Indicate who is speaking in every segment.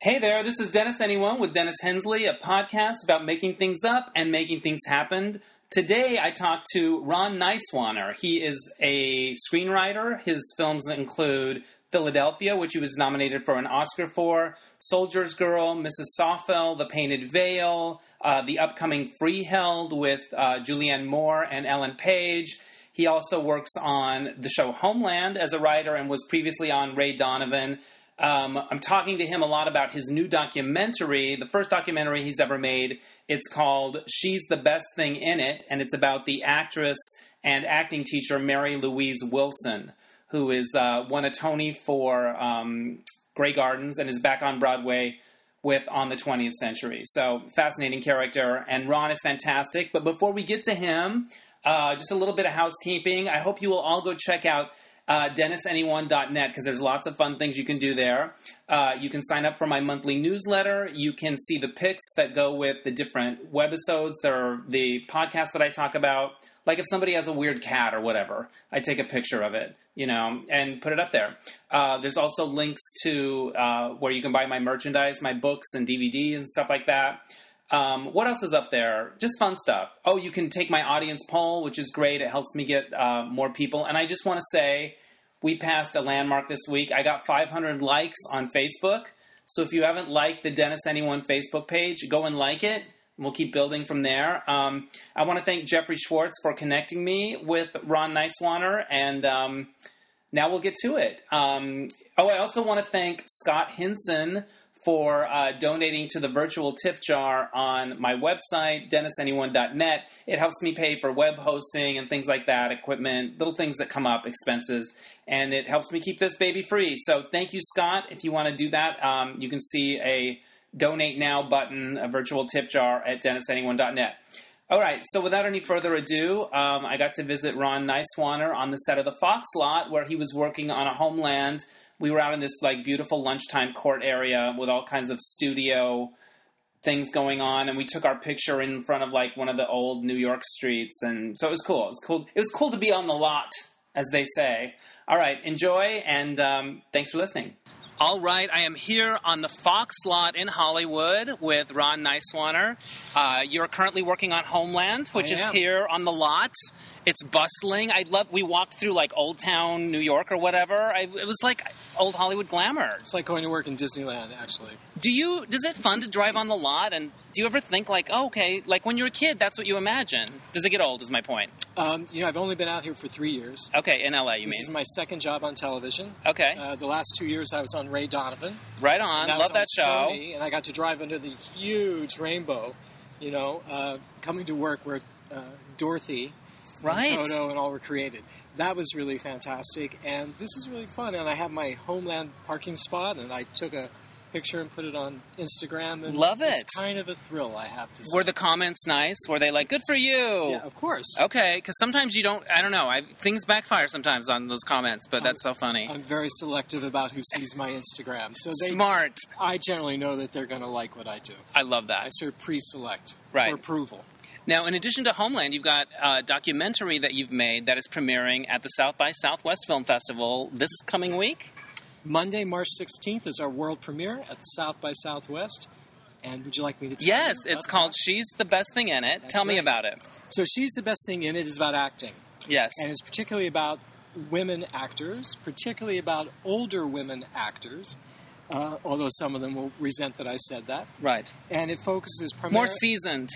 Speaker 1: Hey there, this is Dennis Anyone with Dennis Hensley, a podcast about making things up and making things happen. Today I talked to Ron Neiswanner. He is a screenwriter. His films include Philadelphia, which he was nominated for an Oscar for, Soldier's Girl, Mrs. Sawfell, The Painted Veil, uh, the upcoming Freeheld with uh, Julianne Moore and Ellen Page. He also works on the show Homeland as a writer and was previously on Ray Donovan. Um, I'm talking to him a lot about his new documentary, the first documentary he's ever made. It's called She's the Best Thing in It, and it's about the actress and acting teacher Mary Louise Wilson, who is uh, won a Tony for um, Grey Gardens and is back on Broadway with On the 20th Century. So, fascinating character, and Ron is fantastic. But before we get to him, uh, just a little bit of housekeeping. I hope you will all go check out uh, DennisAnyone.net because there's lots of fun things you can do there. Uh, you can sign up for my monthly newsletter. You can see the pics that go with the different webisodes or the podcasts that I talk about. Like if somebody has a weird cat or whatever, I take a picture of it, you know, and put it up there. Uh, there's also links to uh, where you can buy my merchandise, my books and DVD and stuff like that. Um, what else is up there? Just fun stuff. Oh, you can take my audience poll, which is great. It helps me get uh, more people. And I just want to say, we passed a landmark this week. I got 500 likes on Facebook. So if you haven't liked the Dennis Anyone Facebook page, go and like it. and We'll keep building from there. Um, I want to thank Jeffrey Schwartz for connecting me with Ron Neiswanner, and um, now we'll get to it. Um, oh, I also want to thank Scott Hinson for uh, donating to the virtual tip jar on my website, DennisAnyone.net. It helps me pay for web hosting and things like that, equipment, little things that come up, expenses, and it helps me keep this baby free. So thank you, Scott. If you want to do that, um, you can see a donate now button, a virtual tip jar at DennisAnyone.net. All right, so without any further ado, um, I got to visit Ron Neiswanner on the set of the Fox lot where he was working on a homeland we were out in this like beautiful lunchtime court area with all kinds of studio things going on and we took our picture in front of like one of the old New York streets and so it was cool. It was cool. It was cool to be on the lot, as they say. All right, enjoy and um, thanks for listening. All right, I am here on the Fox lot in Hollywood with Ron Neiswanner. Uh, you're currently working on Homeland, which
Speaker 2: I
Speaker 1: is
Speaker 2: am.
Speaker 1: here on the lot. It's bustling. I love. We walked through like Old Town New York or whatever. I, it was like old Hollywood glamour.
Speaker 2: It's like going to work in Disneyland, actually.
Speaker 1: Do you? Does it fun to drive on the lot? And do you ever think like, oh, okay, like when you're a kid, that's what you imagine? Does it get old? Is my point.
Speaker 2: Um, you know, I've only been out here for three years.
Speaker 1: Okay, in LA, you
Speaker 2: This is
Speaker 1: mean?
Speaker 2: my second job on television.
Speaker 1: Okay,
Speaker 2: Uh, the last two years I was on Ray Donovan.
Speaker 1: right on.
Speaker 2: And I was
Speaker 1: Love that
Speaker 2: on
Speaker 1: show.
Speaker 2: Sony, and I got to drive under the huge rainbow, you know, uh, coming to work where uh, Dorothy
Speaker 1: Right.
Speaker 2: and Toto and all were created. That was really fantastic. And this is really fun. And I have my homeland parking spot, and I took a picture and put it on Instagram. And
Speaker 1: Love it.
Speaker 2: It's kind of a thrill, I have to say.
Speaker 1: Were the comments nice? Were they like, good for you?
Speaker 2: yeah, of course.
Speaker 1: Okay, because sometimes you don't. I don't know. I, things backfire sometimes on those comments, but that's so funny.
Speaker 2: I'm very selective about who sees my Instagram, so Um, they,
Speaker 1: Smart.
Speaker 2: I generally know that they're going to like what I do.
Speaker 1: I love
Speaker 2: I
Speaker 1: that.
Speaker 2: sort of pre-select
Speaker 1: Right.
Speaker 2: for approval.
Speaker 1: Now, in addition to Homeland, you've got a documentary that you've made that is premiering at the South by Southwest Film Festival this coming week.
Speaker 2: Monday, March 16th is our world premiere at the South by Southwest. And would you like me to tell
Speaker 1: Yes,
Speaker 2: you
Speaker 1: it's
Speaker 2: about
Speaker 1: called She's the Best Thing in It.
Speaker 2: That's
Speaker 1: Tell me
Speaker 2: right.
Speaker 1: about it.
Speaker 2: that? So she's the best thing in it is about acting,
Speaker 1: Yes.
Speaker 2: and it's particularly about women actors, particularly about older women actors. Uh, although some of them will resent that I said that,
Speaker 1: Right.
Speaker 2: and it focuses primarily.
Speaker 1: More seasoned.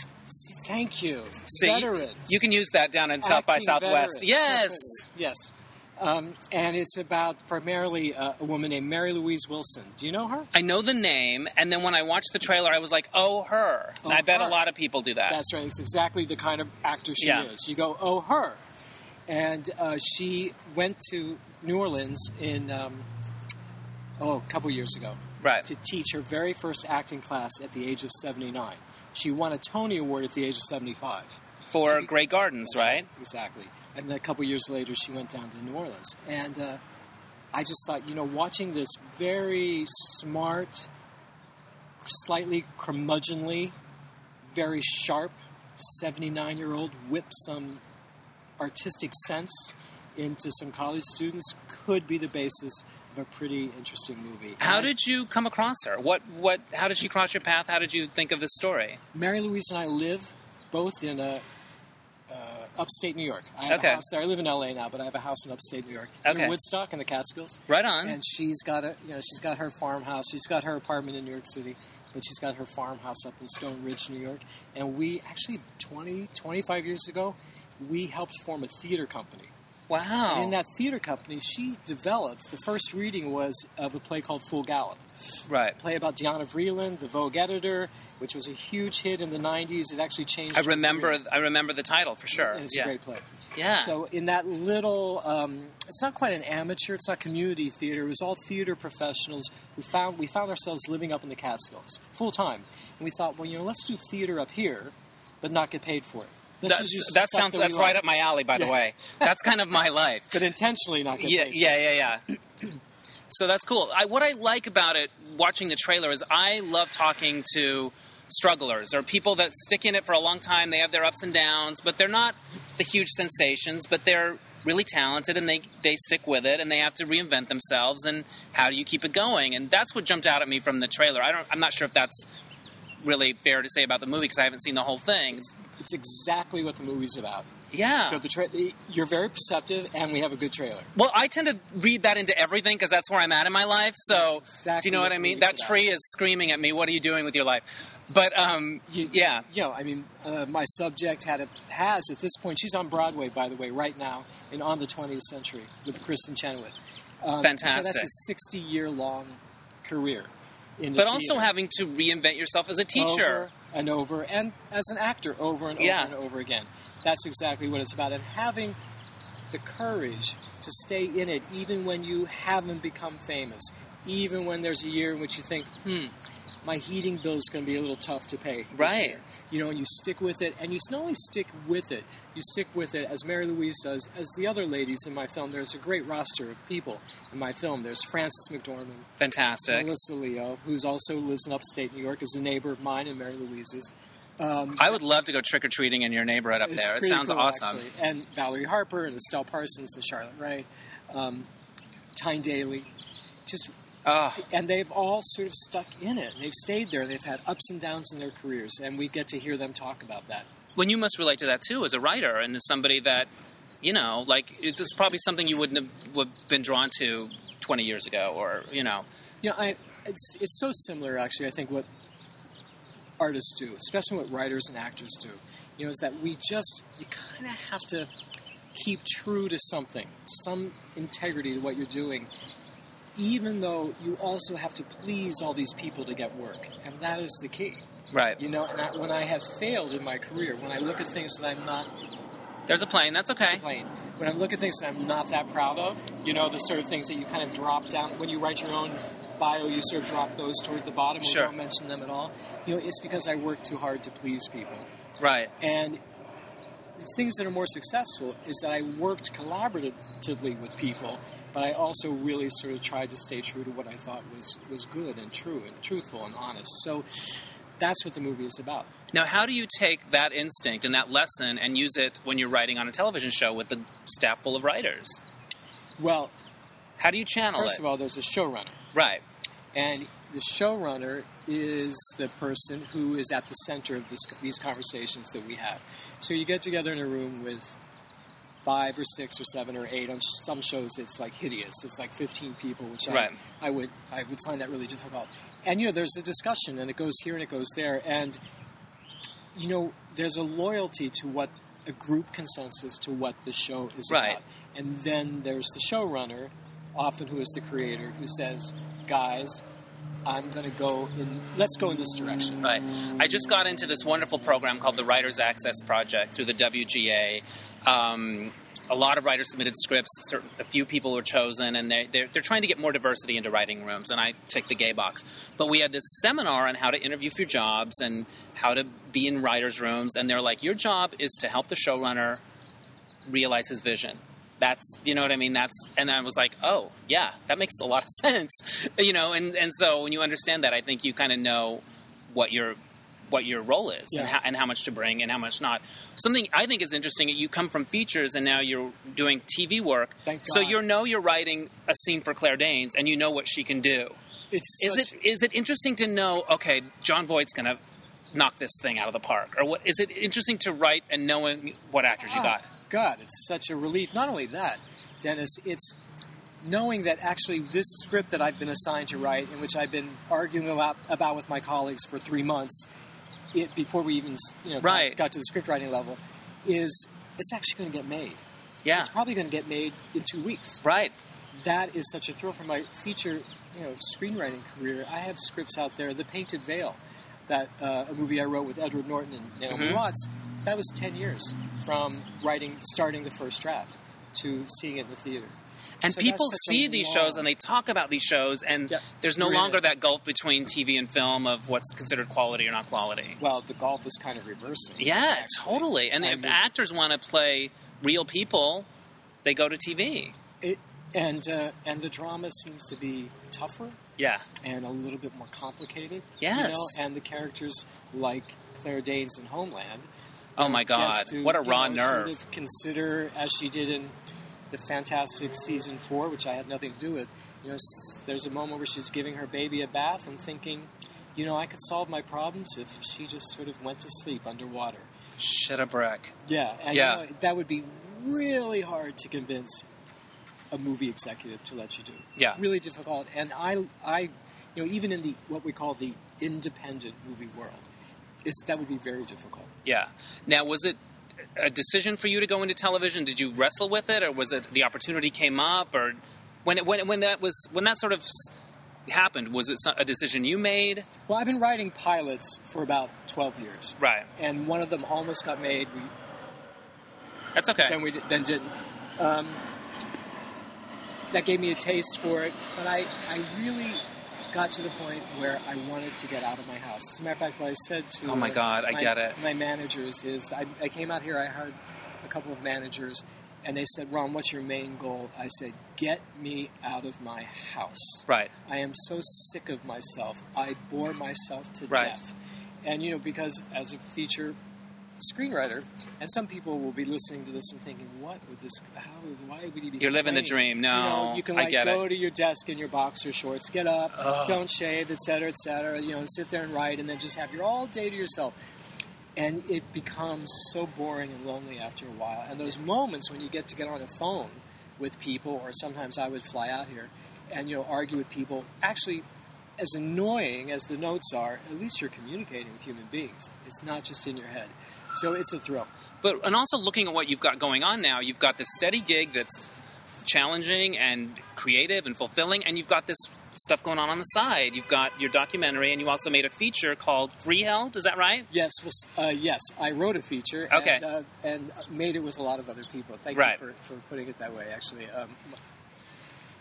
Speaker 2: Thank you,
Speaker 1: So you-
Speaker 2: veterans.
Speaker 1: You can use that down in South by
Speaker 2: Acting
Speaker 1: Southwest.
Speaker 2: veterans.
Speaker 1: Yes.
Speaker 2: Yes. Um, and it's about primarily uh, a woman named Mary Louise Wilson. Do you know her?
Speaker 1: I know the name, and then when I watched the trailer, I was like, oh, her. And
Speaker 2: Oh,
Speaker 1: I bet a
Speaker 2: her.
Speaker 1: lot of people do that.
Speaker 2: That's right. It's exactly the kind of actor she
Speaker 1: Yeah.
Speaker 2: is. You go, oh, her. And uh, she went to New Orleans in, um, oh, a couple years ago
Speaker 1: right.
Speaker 2: to teach her very first acting class at the age of 79. She won a Tony Award at the age of 75.
Speaker 1: For Grey Gardens,
Speaker 2: That's
Speaker 1: right?
Speaker 2: Exactly. And then a couple years later, she went down to New Orleans. And uh, I just thought, you know, watching this very smart, slightly curmudgeonly, very sharp 79 year old whip some artistic sense into some college students could be the basis of of a pretty interesting movie.
Speaker 1: How
Speaker 2: And
Speaker 1: did you come across her? What what? How did she cross your path? How did you think of this story?
Speaker 2: Mary Louise and I live both in uh uh, upstate New York. I have
Speaker 1: Okay.
Speaker 2: a house there. I live in LA now, but I have a house in upstate New York.
Speaker 1: Okay.
Speaker 2: In Woodstock in the Catskills.
Speaker 1: Right on.
Speaker 2: And she's got a you know, she's got her farmhouse. She's got her apartment in New York City, but she's got her farmhouse up in Stone Ridge, New York. And we actually 20, 25 years ago, we helped form a theater company. And
Speaker 1: wow.
Speaker 2: in that theater company, she developed the first reading was of a play called Full Gallop
Speaker 1: right.
Speaker 2: play about Diana Vreeland, the Vogue editor, which was a huge hit in the 90s. It actually changed.
Speaker 1: I remember.
Speaker 2: her career.
Speaker 1: I remember the title for sure.
Speaker 2: And it's
Speaker 1: yeah.
Speaker 2: a great play.
Speaker 1: yeah.
Speaker 2: So in that little, um, it's not quite an amateur. It's not community theater. It was all theater professionals who found we found ourselves living up in the Catskills full time, and we thought, well, you know, let's do theater up here, but not get paid for it. Let's
Speaker 1: that,
Speaker 2: just do
Speaker 1: that
Speaker 2: stuff
Speaker 1: sounds.
Speaker 2: that we
Speaker 1: that's right
Speaker 2: like,
Speaker 1: up my alley. By the
Speaker 2: Yeah.
Speaker 1: way, that's kind of my life.
Speaker 2: But intentionally not get
Speaker 1: yeah,
Speaker 2: paid.
Speaker 1: yeah, yeah, yeah. so that's cool. I, what I like about it, watching the trailer, is I love talking to strugglers or people that stick in it for a long time. They have their ups and downs, but they're not the huge sensations, but they're really talented and they, they stick with it and they have to reinvent themselves and how do you keep it going and that's what jumped out at me from the trailer i don't i'm not sure if that's really fair to say about the movie because i haven't seen the whole thing
Speaker 2: It's exactly what the movie's about.
Speaker 1: yeah
Speaker 2: So the tra- you're very perceptive, and we have a good trailer.
Speaker 1: Well, I tend to read that into everything because that's where I'm at in my life. So,
Speaker 2: That's exactly
Speaker 1: do you know what
Speaker 2: what
Speaker 1: I
Speaker 2: the
Speaker 1: mean? That
Speaker 2: movie's about.
Speaker 1: tree is screaming at me. What are you doing with your life? But um,
Speaker 2: You-
Speaker 1: yeah,
Speaker 2: you know, I mean, uh, my subject had a, has at this point. She's on Broadway, by the way, right now, in on the 20th century with Kristen Chenoweth. Um, So that's
Speaker 1: Fantastic.
Speaker 2: a 60 year long career. In the
Speaker 1: but also
Speaker 2: theater.
Speaker 1: having to reinvent yourself as a teacher.
Speaker 2: Over and over, and as an actor, over and over
Speaker 1: Yeah.
Speaker 2: and over again. That's exactly what it's about. And having the courage to stay in it, even when you haven't become famous, even when there's a year in which you think, hmm, my heating bill is going to be a little tough to pay. this
Speaker 1: Right.
Speaker 2: year." You know, and you stick with it, and you not only stick with it, you stick with it as Mary Louise does, as the other ladies in my film. There's a great roster of people in my film. There's Frances McDormand,
Speaker 1: Fantastic.
Speaker 2: Melissa Leo, who's also lives in upstate New York, is a neighbor of mine and Mary Louise's.
Speaker 1: I would love to go trick or treating in your neighborhood up there. It
Speaker 2: pretty
Speaker 1: sounds
Speaker 2: cool,
Speaker 1: awesome.
Speaker 2: actually. And Valerie Harper and Estelle Parsons and Charlotte Wright, um, Tyne Daly, just
Speaker 1: Oh,
Speaker 2: and they've all sort of stuck in it. They've stayed there. They've had ups and downs in their careers, and we get to hear them talk about that.
Speaker 1: when you must relate to that too as a writer and as somebody that, you know, like it's it's probably something you wouldn't have would have been drawn to 20 years ago or, you know.
Speaker 2: You know, I, it's it's so similar actually. I think what artists do, especially what writers and actors do, you know, is that we just you kind of have to keep true to something, some integrity to what you're doing, even though you also have to please all these people to get work, and that is the key.
Speaker 1: Right.
Speaker 2: You know, and I, when I have failed in my career, when I look at things that I'm not
Speaker 1: There's a plane. That's okay.
Speaker 2: plane. When I look at things that I'm not that proud of, you know, the sort of things that you kind of drop down when you write your own bio, you sort of drop those toward the bottom or
Speaker 1: Sure.
Speaker 2: don't mention them at all. You know, it's because I work too hard to please people.
Speaker 1: Right.
Speaker 2: And the things that are more successful is that I worked collaboratively with people, but I also really sort of tried to stay true to what I thought was was good and true and truthful and honest. So that's what the movie is about.
Speaker 1: Now, how do you take that instinct and that lesson and use it when you're writing on a television show with the staff full of writers?
Speaker 2: Well,
Speaker 1: How do you channel
Speaker 2: first
Speaker 1: it?
Speaker 2: of all, there's a showrunner.
Speaker 1: right.
Speaker 2: And the showrunner is the person who is at the center of this, these conversations that we have. So you get together in a room with five or six or seven or eight. On some shows, it's like hideous. It's like 15 people, which
Speaker 1: Right.
Speaker 2: I, I would I would find that really difficult. And you know, there's a discussion, and it goes here and it goes there, and you know, there's a loyalty to what a group consensus to what the show is
Speaker 1: Right.
Speaker 2: about. And then there's the showrunner, often who is the creator, who says, "Guys, I'm going to go in. Let's go in this direction."
Speaker 1: Right. I just got into this wonderful program called the Writers Access Project through the WGA. Um, a lot of writers submitted scripts. Certain, a few people were chosen, and they, they're, they're trying to get more diversity into writing rooms. And I tick the gay box. But we had this seminar on how to interview for jobs and how to be in writers' rooms. And they're like, your job is to help the showrunner realize his vision. That's you know what I mean. That's and I was like, oh yeah, that makes a lot of sense. you know, and and so when you understand that, I think you kind of know what your what your role is and,
Speaker 2: Yeah.
Speaker 1: how, and how much to bring and how much not. Something I think is interesting. You come from features and now you're doing TV work.
Speaker 2: Thank
Speaker 1: So
Speaker 2: God.
Speaker 1: you know you're writing a scene for Claire Danes and you know what she can do.
Speaker 2: It's
Speaker 1: Is
Speaker 2: such-
Speaker 1: it is it interesting to know? Okay, John Voight's gonna knock this thing out of the park, or what? Is it interesting to write and knowing what actors
Speaker 2: Ah.
Speaker 1: you got?
Speaker 2: Oh, God, it's such a relief. Not only that, Dennis, it's knowing that actually this script that I've been assigned to write, in which I've been arguing about, about with my colleagues for three months, it before we even you know, got-
Speaker 1: Right.
Speaker 2: got, to the script writing level, is it's actually going to get made.
Speaker 1: Yeah,
Speaker 2: It's probably going to get made in two weeks.
Speaker 1: right.
Speaker 2: That is such a thrill for my feature, you know, screenwriting career. I have scripts out there. The Painted Veil, that uh, a movie I wrote with Edward Norton and Naomi
Speaker 1: Mhm.
Speaker 2: Watts. That was ten years from writing, starting the first draft to seeing it in the theater.
Speaker 1: And
Speaker 2: So
Speaker 1: people
Speaker 2: that's such a
Speaker 1: see these shows
Speaker 2: long-
Speaker 1: and they talk about these shows, and
Speaker 2: Yeah,
Speaker 1: there's no
Speaker 2: you're in
Speaker 1: longer
Speaker 2: it.
Speaker 1: that gulf between TV and film of what's considered quality or not quality.
Speaker 2: Well, the golf was kind of reversing.
Speaker 1: Yeah,
Speaker 2: actually.
Speaker 1: totally. And
Speaker 2: I
Speaker 1: if
Speaker 2: mean-
Speaker 1: actors want to play real people, they go to TV.
Speaker 2: It, and uh, and the drama seems to be tougher
Speaker 1: Yeah,
Speaker 2: and a little bit more complicated.
Speaker 1: Yes.
Speaker 2: You know, and the characters like Claire Danes in Homeland.
Speaker 1: Oh my God,
Speaker 2: gets to,
Speaker 1: what a
Speaker 2: you
Speaker 1: raw
Speaker 2: know,
Speaker 1: nerve.
Speaker 2: Sort of consider as she did in the Fantastic season four, which I had nothing to do with. You know, s- there's a moment where she's giving her baby a bath and thinking, you know, I could solve my problems if she just sort of went to sleep underwater.
Speaker 1: shit a brick.
Speaker 2: Yeah, and you
Speaker 1: Yeah.
Speaker 2: know, that would be really hard to convince a movie executive to let you do.
Speaker 1: Yeah.
Speaker 2: really difficult. And I, I, you know, even in the what we call the independent movie world, it's that would be very difficult.
Speaker 1: Yeah. Now, was it a decision for you to go into television? Did you wrestle with it, or was it the opportunity came up, or when it, when when that was when that sort of s- happened? Was it so- a decision you made?
Speaker 2: Well, I've been writing pilots for about twelve years,
Speaker 1: Right.
Speaker 2: and one of them almost got made. We
Speaker 1: That's okay.
Speaker 2: then we di- then didn't. Um, that gave me a taste for it, but I, I really got to the point where I wanted to get out of my house. As a matter of fact, what I said to
Speaker 1: Oh my God, I
Speaker 2: my,
Speaker 1: get it.
Speaker 2: My managers is I, I came out here. I hired a couple of managers, and they said, "Ron, what's your main goal?" I said, "Get me out of my house."
Speaker 1: right.
Speaker 2: I am so sick of myself. I bore myself to
Speaker 1: Right.
Speaker 2: death. And, you know, because as a feature screenwriter, and some people will be listening to this and thinking, what would this, how, is- why would he be
Speaker 1: You're living the
Speaker 2: complaining?"
Speaker 1: dream. No,
Speaker 2: you know, you can
Speaker 1: I
Speaker 2: like
Speaker 1: get
Speaker 2: go
Speaker 1: it.
Speaker 2: to your desk in your boxer shorts, get up,
Speaker 1: Ugh.
Speaker 2: don't shave, et cetera, et cetera, you know, and sit there and write, and then just have your all day to yourself. And it becomes so boring and lonely after a while. And those moments when you get to get on a phone with people, or sometimes I would fly out here and you know argue with people. Actually, as annoying as the notes are, at least you're communicating with human beings. It's not just in your head. So it's a thrill.
Speaker 1: But and also looking at what you've got going on now, you've got this steady gig that's challenging and creative and fulfilling, and you've got this stuff going on on the side. You've got your documentary, and you also made a feature called Freeheld. Is that right?
Speaker 2: Yes, well, uh, yes, I wrote a feature
Speaker 1: Okay.
Speaker 2: and, uh, and made it with a lot of other people. Thank
Speaker 1: Right.
Speaker 2: you for, for putting it that way, actually. Um,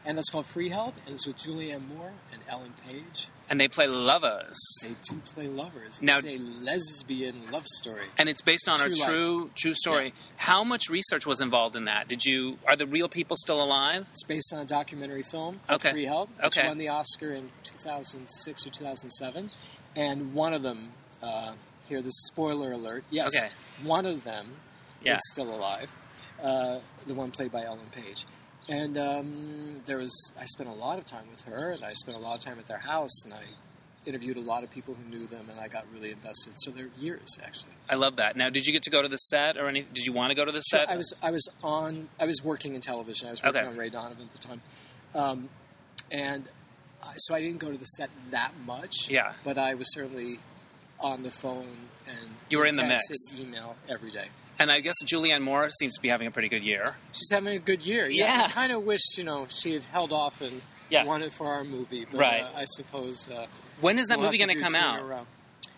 Speaker 2: and that's called Free Help, and it's with Julianne Moore and Ellen Page.
Speaker 1: And they play lovers.
Speaker 2: They do play lovers.
Speaker 1: Now-
Speaker 2: it's a lesbian love story.
Speaker 1: and it's based on
Speaker 2: True
Speaker 1: a
Speaker 2: life.
Speaker 1: true true story. How much research was involved in that? Did you are the real people still alive?
Speaker 2: It's based on a documentary film called
Speaker 1: Okay.
Speaker 2: Free Help, which
Speaker 1: Okay.
Speaker 2: won the Oscar in 2006 or 2007. And one of them, uh, here, this is spoiler alert. Yes,
Speaker 1: Okay.
Speaker 2: one of them
Speaker 1: Yeah.
Speaker 2: is still alive, uh, the one played by Ellen Page. And um, there was, I spent a lot of time with her, and I spent a lot of time at their house, and I interviewed a lot of people who knew them, and I got really invested. So they're years, actually.
Speaker 1: I love that. Now, did you get to go to the set or any? Did you want to go to the
Speaker 2: So
Speaker 1: set?
Speaker 2: I was I was on I was working in television. I was working
Speaker 1: Okay.
Speaker 2: on Ray Donovan at the time, um, and I, so I didn't go to the set that much.
Speaker 1: Yeah.
Speaker 2: but I was certainly on the phone and
Speaker 1: You were in the
Speaker 2: text
Speaker 1: mix.
Speaker 2: and email every day.
Speaker 1: and I guess Julianne Moore seems to be having a pretty good year.
Speaker 2: She's having a good year.
Speaker 1: Yeah.
Speaker 2: I kind of wish you know she had held off and
Speaker 1: Yeah.
Speaker 2: won it for our movie. But,
Speaker 1: Right.
Speaker 2: uh, I suppose uh,
Speaker 1: When is that movie going
Speaker 2: going
Speaker 1: to come out?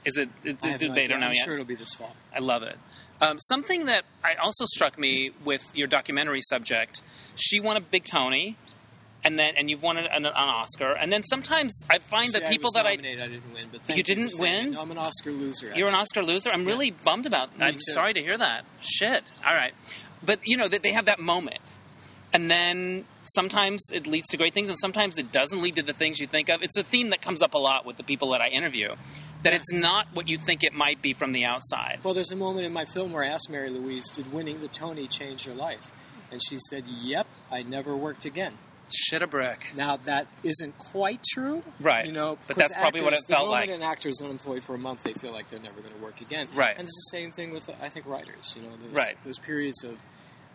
Speaker 1: Is it? It's,
Speaker 2: I have no
Speaker 1: they
Speaker 2: idea.
Speaker 1: don't know
Speaker 2: I'm
Speaker 1: yet.
Speaker 2: sure it'll be this fall.
Speaker 1: I love it. Um, something that I also struck me with your documentary subject, she won a big Tony, and then and you've won an, an, an Oscar, and then sometimes I find
Speaker 2: See,
Speaker 1: that people
Speaker 2: I was
Speaker 1: that I
Speaker 2: nominated, I didn't win, but thank
Speaker 1: You
Speaker 2: for
Speaker 1: didn't
Speaker 2: saying it.
Speaker 1: win?
Speaker 2: No, I'm an Oscar loser.
Speaker 1: You're an
Speaker 2: actually.
Speaker 1: Oscar loser. I'm really bummed about. I'm
Speaker 2: too.
Speaker 1: sorry to hear that. Shit. All right, but you know that they have that moment, and then sometimes it leads to great things, and sometimes it doesn't lead to the things you think of. It's a theme that comes up a lot with the people that I interview. That it's not what you think it might be from the outside.
Speaker 2: Well, there's a moment in my film where I asked Mary Louise, "Did winning the Tony change your life?" And she said, "Yep, I never worked again."
Speaker 1: Shit a brick.
Speaker 2: Now that isn't quite true,
Speaker 1: Right.
Speaker 2: You know,
Speaker 1: But
Speaker 2: because
Speaker 1: that's probably what
Speaker 2: actors-
Speaker 1: it felt
Speaker 2: the moment
Speaker 1: like.
Speaker 2: An actor is unemployed for a month; they feel like they're never going to work again,
Speaker 1: Right.
Speaker 2: And it's the same thing with I think writers. You know, those,
Speaker 1: Right.
Speaker 2: Those periods of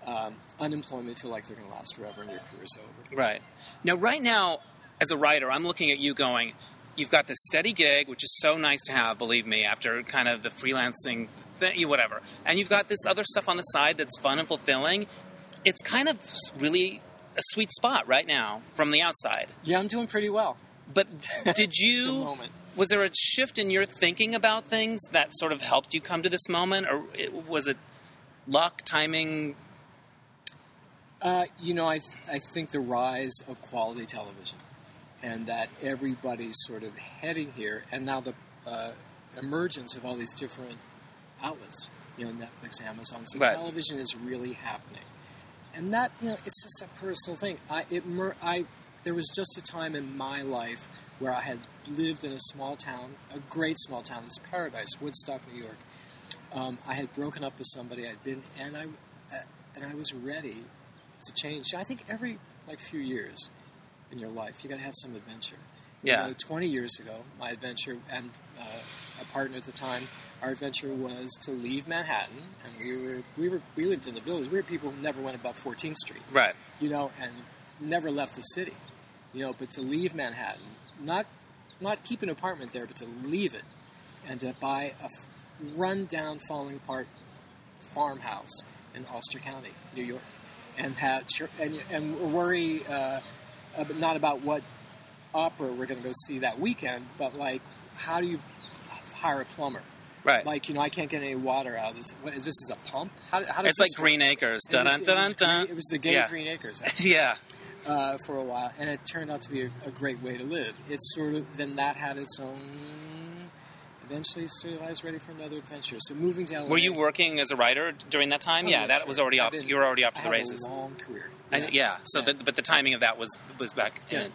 Speaker 2: um, unemployment feel like they're going to last forever, and your career's over.
Speaker 1: Right. Now, right now, as a writer, I'm looking at you going, you've got this steady gig, which is so nice to have, believe me, after kind of the freelancing thing, you- whatever. And you've got this other stuff on the side that's fun and fulfilling. It's kind of really a sweet spot right now from the outside.
Speaker 2: Yeah, I'm doing pretty well.
Speaker 1: But did
Speaker 2: At the
Speaker 1: you,
Speaker 2: moment.
Speaker 1: was there a shift in your thinking about things that sort of helped you come to this moment? Or it, was it luck, timing?
Speaker 2: Uh, you know, I, th- I think the rise of quality television and that everybody's sort of heading here, and now the uh, emergence of all these different outlets, you know, Netflix, Amazon. So
Speaker 1: Right.
Speaker 2: television is really happening. And that, you know, it's just a personal thing. I, it mer- I, there was just a time in my life where I had lived in a small town, a great small town, this is paradise, Woodstock, New York. Um, I had broken up with somebody I'd been, and I, uh, and I was ready to change. I think every like few years in your life, you got to have some adventure. You
Speaker 1: Yeah.
Speaker 2: know, Twenty years ago, my adventure and uh, a partner at the time, our adventure was to leave Manhattan, and we were we were we lived in the village. We were people who never went above 14th Street,
Speaker 1: Right.
Speaker 2: you know, and never left the city, you know. But to leave Manhattan, not not keep an apartment there, but to leave it and to buy a f- run-down, falling apart farmhouse in Ulster County, New York, and have chur- and, and worry uh, ab- not about what opera we're going to go see that weekend, but like how do you hire a plumber?
Speaker 1: Right.
Speaker 2: Like you know, I can't get any water out of this. What, this is a pump. How, how does
Speaker 1: it's like
Speaker 2: this work?
Speaker 1: Green Acres.
Speaker 2: It
Speaker 1: Dun, dun,
Speaker 2: was- it
Speaker 1: dun,
Speaker 2: was Green-
Speaker 1: dun.
Speaker 2: It was the gay
Speaker 1: Yeah.
Speaker 2: Green Acres
Speaker 1: Yeah.
Speaker 2: uh, for a while, and it turned out to be a, a great way to live. It's sort of then that had its own. Eventually, sort of, I was ready for another adventure. So moving down.
Speaker 1: Were you working as a writer during that time?
Speaker 2: Oh,
Speaker 1: yeah,
Speaker 2: yeah,
Speaker 1: that
Speaker 2: sure.
Speaker 1: was already off.
Speaker 2: I've been-
Speaker 1: you were already off
Speaker 2: I
Speaker 1: to the
Speaker 2: had
Speaker 1: races.
Speaker 2: a long career.
Speaker 1: I- yeah. So,
Speaker 2: Yeah.
Speaker 1: The, but the timing of that was was back.
Speaker 2: Yeah.
Speaker 1: In.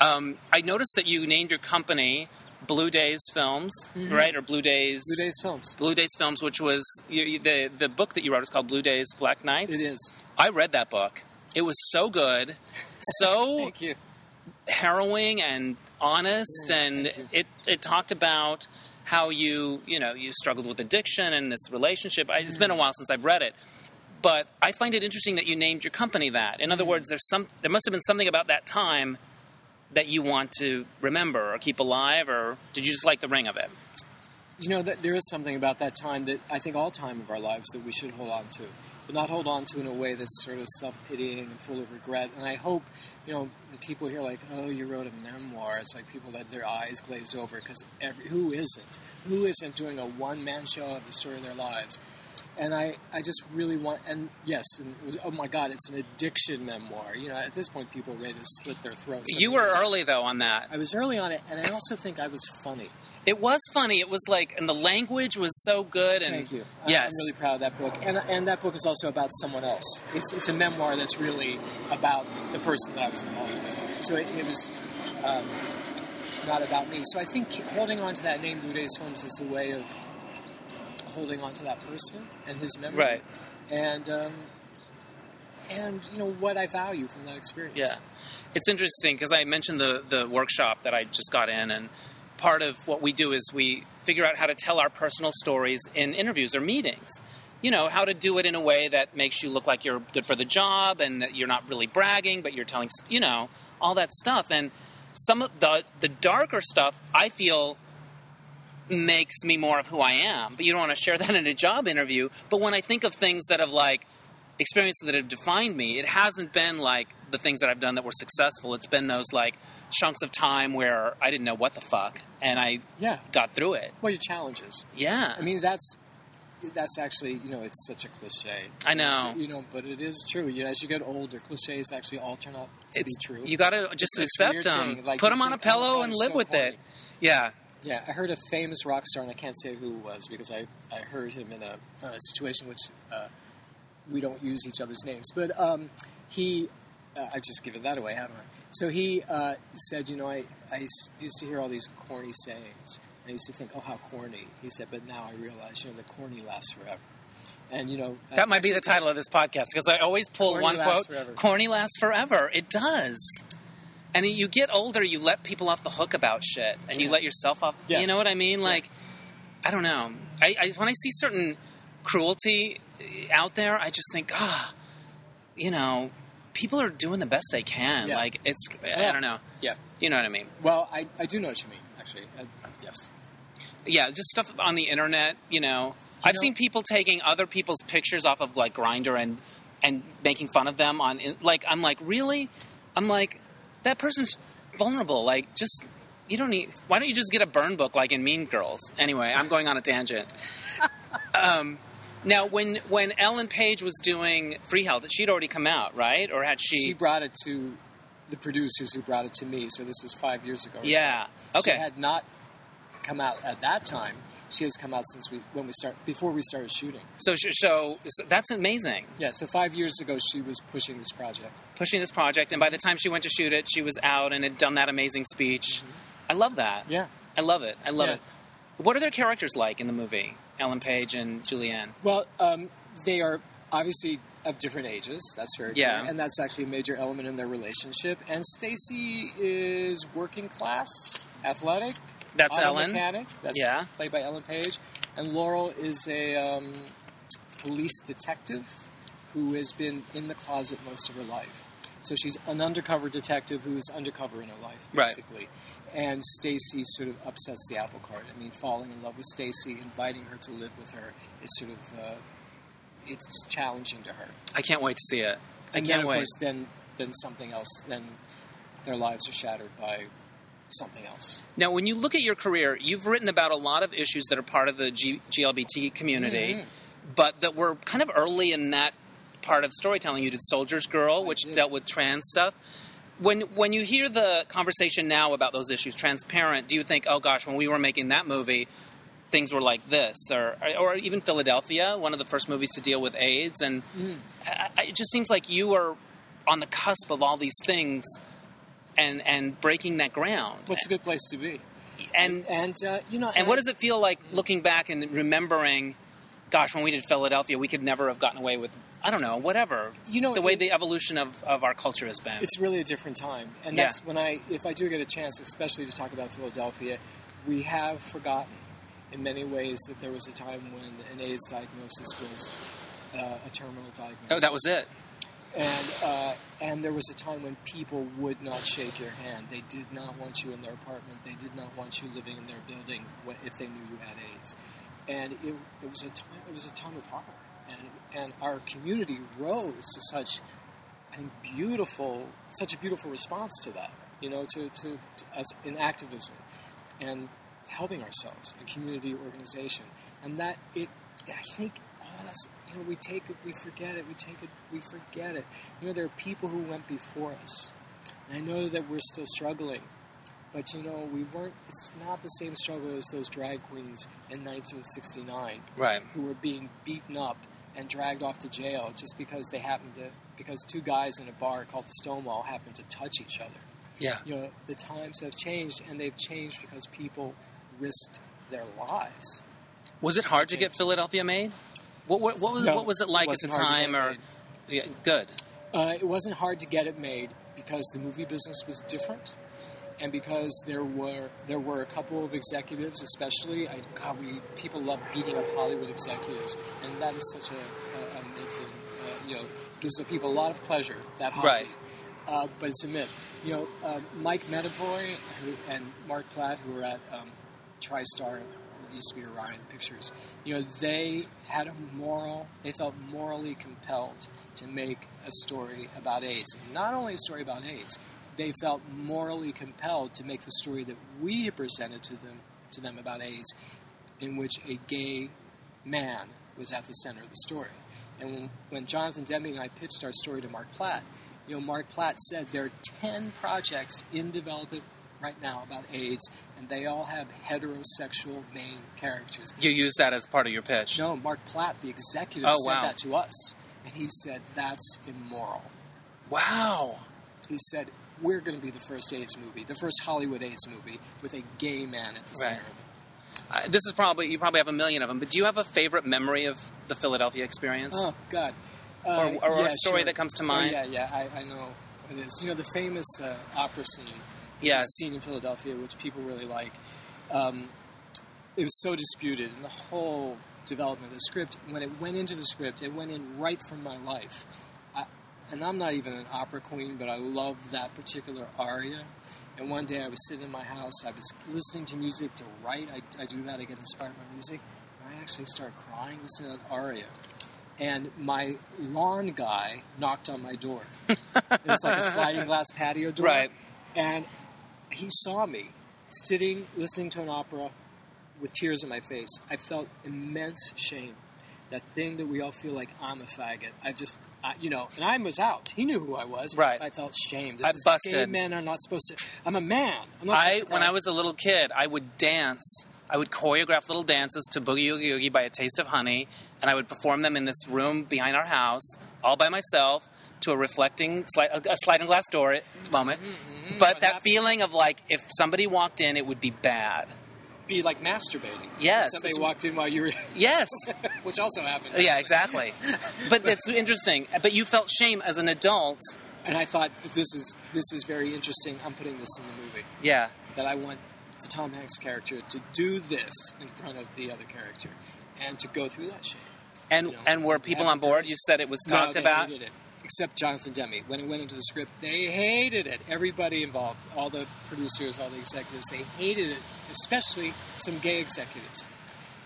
Speaker 1: Um, I noticed that you named your company Blue Days Films, right? Or Blue Days.
Speaker 2: Mm-hmm. Blue Days Films.
Speaker 1: Blue Days Films, which was you, you- the the book that you wrote is called Blue Days Black Nights.
Speaker 2: It is.
Speaker 1: I read that book. It was so good, so
Speaker 2: Thank you.
Speaker 1: harrowing and honest
Speaker 2: Yeah,
Speaker 1: and
Speaker 2: thank you.
Speaker 1: it it talked about how you you know you struggled with addiction and this relationship I, it's been a while since i've read it but i find it interesting that you named your company that in other words there's some there must have been something about that time that you want to remember or keep alive or did you just like the ring of it
Speaker 2: You know that there is something about that time that I think all time of our lives that we should hold on to, but not hold on to in a way that's sort of self pitying and full of regret. And I hope, you know, when people hear like, "Oh, you wrote a memoir." It's like people let their eyes glaze over because every who isn't who isn't doing a one man show of the story of their lives. and I, I just really want and yes and it was oh my god it's an addiction memoir you know at this point people are ready to slit their throats
Speaker 1: you were early though on that
Speaker 2: I was early on it and I also think I was funny
Speaker 1: it was funny it was like and the language was so good and
Speaker 2: thank you I-
Speaker 1: yes
Speaker 2: I'm really proud of that book and, and that book is also about someone else it's, it's a memoir that's really about the person that I was involved with so it, it was um, not about me so I think holding on to that name Blue Days Films is a way of holding on to that person and his memory
Speaker 1: right
Speaker 2: and um, and you know what I value from that experience.
Speaker 1: Yeah, it's interesting because I mentioned the the workshop that I just got in, and part of what we do is we figure out how to tell our personal stories in interviews or meetings. You know how to do it in a way that makes you look like you're good for the job, and that you're not really bragging, but you're telling s- you know all that stuff. And some of the the darker stuff, I feel makes me more of who I am. But you don't want to share that in a job interview. But when I think of things that have like experiences that have defined me, it hasn't been like the things that I've done that were successful. It's been those like chunks of time where I didn't know what the fuck and I
Speaker 2: yeah.
Speaker 1: got through it.
Speaker 2: Well, your challenges.
Speaker 1: Yeah.
Speaker 2: I mean, that's that's actually you know it's such a cliche.
Speaker 1: I know.
Speaker 2: It's- you know, but it is true. You know, as you get older, cliches actually all turn out to be true.
Speaker 1: you got to just
Speaker 2: It's this
Speaker 1: accept
Speaker 2: weird
Speaker 1: them.
Speaker 2: thing, like,
Speaker 1: Put
Speaker 2: you
Speaker 1: them on a
Speaker 2: think, oh,
Speaker 1: pillow
Speaker 2: God,
Speaker 1: and
Speaker 2: it's
Speaker 1: live
Speaker 2: so
Speaker 1: with it.
Speaker 2: corny.
Speaker 1: Yeah.
Speaker 2: yeah, I heard a famous rock star, and I can't say who it was because I I heard him in a, a situation which uh, we don't use each other's names, but um, he. Uh, I've just given that away, haven't I? So he uh, said, you know, I, I s- used to hear all these corny sayings, I used to think, oh, how corny. He said, but now I realize, you know, the corny lasts forever. And, you know,
Speaker 1: That might be the
Speaker 2: actually-
Speaker 1: title of this podcast because I always pull
Speaker 2: Corny
Speaker 1: one quote
Speaker 2: lasts forever.
Speaker 1: Corny lasts forever. It does. And you get older, you let people off the hook about shit and you
Speaker 2: Yeah.
Speaker 1: let yourself off.
Speaker 2: Yeah.
Speaker 1: You know what I mean? Like, I don't know. I, I When I see certain cruelty eh, out there, I just think, ah, you know, people are doing the best they can.
Speaker 2: Yeah.
Speaker 1: Like, it's, I
Speaker 2: Yeah.
Speaker 1: don't know.
Speaker 2: Yeah.
Speaker 1: You know what I mean?
Speaker 2: Well, I, I do know what you mean, actually. Uh, yes.
Speaker 1: yeah, just stuff on the internet. You know,
Speaker 2: You
Speaker 1: I've
Speaker 2: know-
Speaker 1: seen people taking other people's pictures off of like Grinder and and making fun of them on in- like I'm like really, I'm like that person's vulnerable. Like just you don't need. Why don't you just get a burn book like in Mean Girls? Anyway, I'm going on a tangent. um, now when when Ellen Page was doing Freeheld, she'd already come out, right? Or had she?
Speaker 2: She brought it to the producers who brought it to me, so this is five years ago. or
Speaker 1: yeah.
Speaker 2: so.
Speaker 1: Okay.
Speaker 2: She had not come out at that time. She has come out since we when we start before we started shooting.
Speaker 1: so, she- so so that's amazing.
Speaker 2: Yeah, so five years ago she was pushing this project.
Speaker 1: pushing this project, and by the time she went to shoot it, she was out and had done that amazing speech. I love that.
Speaker 2: Yeah.
Speaker 1: I love it. I love
Speaker 2: Yeah.
Speaker 1: it. What are their characters like in the movie? Ellen Page and Julianne.
Speaker 2: Well, um, they are obviously of different ages. That's very
Speaker 1: Yeah.
Speaker 2: clear. and that's actually a major element in their relationship. And Stacy is working class, athletic.
Speaker 1: That's
Speaker 2: auto
Speaker 1: Ellen.
Speaker 2: Mechanic. That's
Speaker 1: Yeah.
Speaker 2: played by Ellen Page. And Laurel is a um, police detective who has been in the closet most of her life. So she's an undercover detective who is undercover in her life,
Speaker 1: Right.
Speaker 2: basically. And Stacy sort of upsets the apple cart. I mean, falling in love with Stacy, inviting her to live with her is sort of uh, it's challenging to her.
Speaker 1: I can't wait to see it. I
Speaker 2: And then,
Speaker 1: can't
Speaker 2: of
Speaker 1: wait.
Speaker 2: course, then then something else. Then their lives are shattered by something else.
Speaker 1: Now, when you look at your career, you've written about a lot of issues that are part of the G- GLBT community,
Speaker 2: Mhm.
Speaker 1: but that were kind of early in that part of storytelling. You did Soldier's Girl, which
Speaker 2: did.
Speaker 1: dealt with trans stuff. When when you hear the conversation now about those issues, transparent, do you think, oh gosh, when we were making that movie, things were like this, or or even Philadelphia, one of the first movies to deal with AIDS, and I, I- it just seems like you are on the cusp of all these things. And, and breaking that ground
Speaker 2: What's a good place to be?
Speaker 1: and
Speaker 2: and uh, you know,
Speaker 1: and what does it feel like looking back and remembering? Gosh, when we did Philadelphia, we could never have gotten away with I don't know whatever.
Speaker 2: You know,
Speaker 1: the way
Speaker 2: it-
Speaker 1: the evolution of, of our culture has been.
Speaker 2: It's really a different time, and
Speaker 1: Yeah.
Speaker 2: that's when I, if I do get a chance, especially to talk about Philadelphia, we have forgotten in many ways that there was a time when an AIDS diagnosis was uh, a terminal diagnosis.
Speaker 1: oh, that was it.
Speaker 2: and uh, and there was a time when people would not shake your hand. They did not want you in their apartment. They did not want you living in their building wh- if they knew you had AIDS. And it, it was a time. It was a time of horror. And and our community rose to such, I think, beautiful, such a beautiful response to that. You know, to to, to as in activism, and helping ourselves in community organization, and that it. I think all that's you know we take it, we forget it, we take it, we forget it. You know, there are people who went before us. And I know that we're still struggling, but you know, we weren't. It's not the same struggle as those drag queens in 1969
Speaker 1: Right.
Speaker 2: who were being beaten up and dragged off to jail just because they happened to because two guys in a bar called the Stonewall happened to touch each other.
Speaker 1: Yeah.
Speaker 2: You know, the times have changed, and they've changed because people risked their lives.
Speaker 1: Was it hard to get Philadelphia made? What what, what was
Speaker 2: No,
Speaker 1: what was it like
Speaker 2: it
Speaker 1: at the
Speaker 2: wasn't hard to
Speaker 1: time?
Speaker 2: get
Speaker 1: Or
Speaker 2: made.
Speaker 1: yeah, good.
Speaker 2: Uh, it wasn't hard to get it made because the movie business was different, and because there were there were a couple of executives, especially. I, God, we people love beating up Hollywood executives, and that is such a, a, a myth. And, uh, you know, gives the people a lot of pleasure that hobby.
Speaker 1: Right.
Speaker 2: Uh, but it's a myth. You know, uh, Mike Medavoy who, and Mark Platt, who were at um, TriStar, it used to be Orion Pictures, you know, they had a moral, they felt morally compelled to make a story about AIDS. And not only a story about AIDS, they felt morally compelled to make the story that we had presented to them, to them about AIDS, in which a gay man was at the center of the story. And when, when Jonathan Demme and I pitched our story to Mark Platt, you know, Mark Platt said there are 10 projects in development right now about AIDS, and they all have heterosexual main characters.
Speaker 1: You used that as part of your pitch.
Speaker 2: No, Mark Platt, the executive,
Speaker 1: Oh,
Speaker 2: said
Speaker 1: wow.
Speaker 2: that to us. And he said, that's immoral.
Speaker 1: Wow.
Speaker 2: He said, we're going to be the first AIDS movie, the first Hollywood AIDS movie with a gay man at the center
Speaker 1: Right.
Speaker 2: of
Speaker 1: Uh, this is probably you probably have a million of them, but do you have a favorite memory of the Philadelphia experience?
Speaker 2: Oh God.
Speaker 1: Or-
Speaker 2: Uh,
Speaker 1: or a
Speaker 2: yeah,
Speaker 1: story
Speaker 2: sure.
Speaker 1: that comes to
Speaker 2: Oh,
Speaker 1: mind?
Speaker 2: yeah, yeah, I, I know it is. You know the famous uh, opera scene, which
Speaker 1: Yes.
Speaker 2: is a scene in Philadelphia, which people really like. Um, it was so disputed, and the whole development of the script. When it went into the script, it went in right from my life. I, and I'm not even an opera queen, but I love that particular aria. And one day I was sitting in my house, I was listening to music to write. I, I do that, I get inspired by music. And I actually started crying listening to that aria. And my lawn guy knocked on my door. it was like a sliding glass patio door.
Speaker 1: Right.
Speaker 2: And he saw me sitting, listening to an opera with tears in my face. I felt immense shame. That thing that we all feel like I'm a faggot. I just, I, you know, and I was out. He knew who I was.
Speaker 1: Right.
Speaker 2: I felt shame. This
Speaker 1: I
Speaker 2: is Gay
Speaker 1: busted.
Speaker 2: men are not supposed to. I'm a man. I'm not
Speaker 1: I
Speaker 2: supposed to
Speaker 1: when
Speaker 2: cry.
Speaker 1: I was a little kid, I would dance. I would choreograph little dances to Boogie Oogie Oogie by A Taste of Honey, and I would perform them in this room behind our house, all by myself, to a reflecting, sli- a a sliding glass door at- moment.
Speaker 2: what
Speaker 1: But that
Speaker 2: happened?
Speaker 1: feeling of like, if somebody walked in, it would be bad.
Speaker 2: be like masturbating.
Speaker 1: Yes,
Speaker 2: Somebody
Speaker 1: it's-
Speaker 2: walked in while you were,
Speaker 1: Yes.
Speaker 2: which also happened.
Speaker 1: yeah, exactly. But it's interesting. But you felt shame as an adult.
Speaker 2: And I thought that this is this is very interesting. I'm putting this in the movie.
Speaker 1: Yeah.
Speaker 2: that I want the Tom Hanks character to do this in front of the other character and to go through that shame.
Speaker 1: And
Speaker 2: You know,
Speaker 1: and were people on board? You said it was
Speaker 2: No,
Speaker 1: talked
Speaker 2: they
Speaker 1: about.
Speaker 2: hated it. Except Jonathan Demme. When it went into the script, they hated it. Everybody involved, all the producers, all the executives, they hated it, especially some gay executives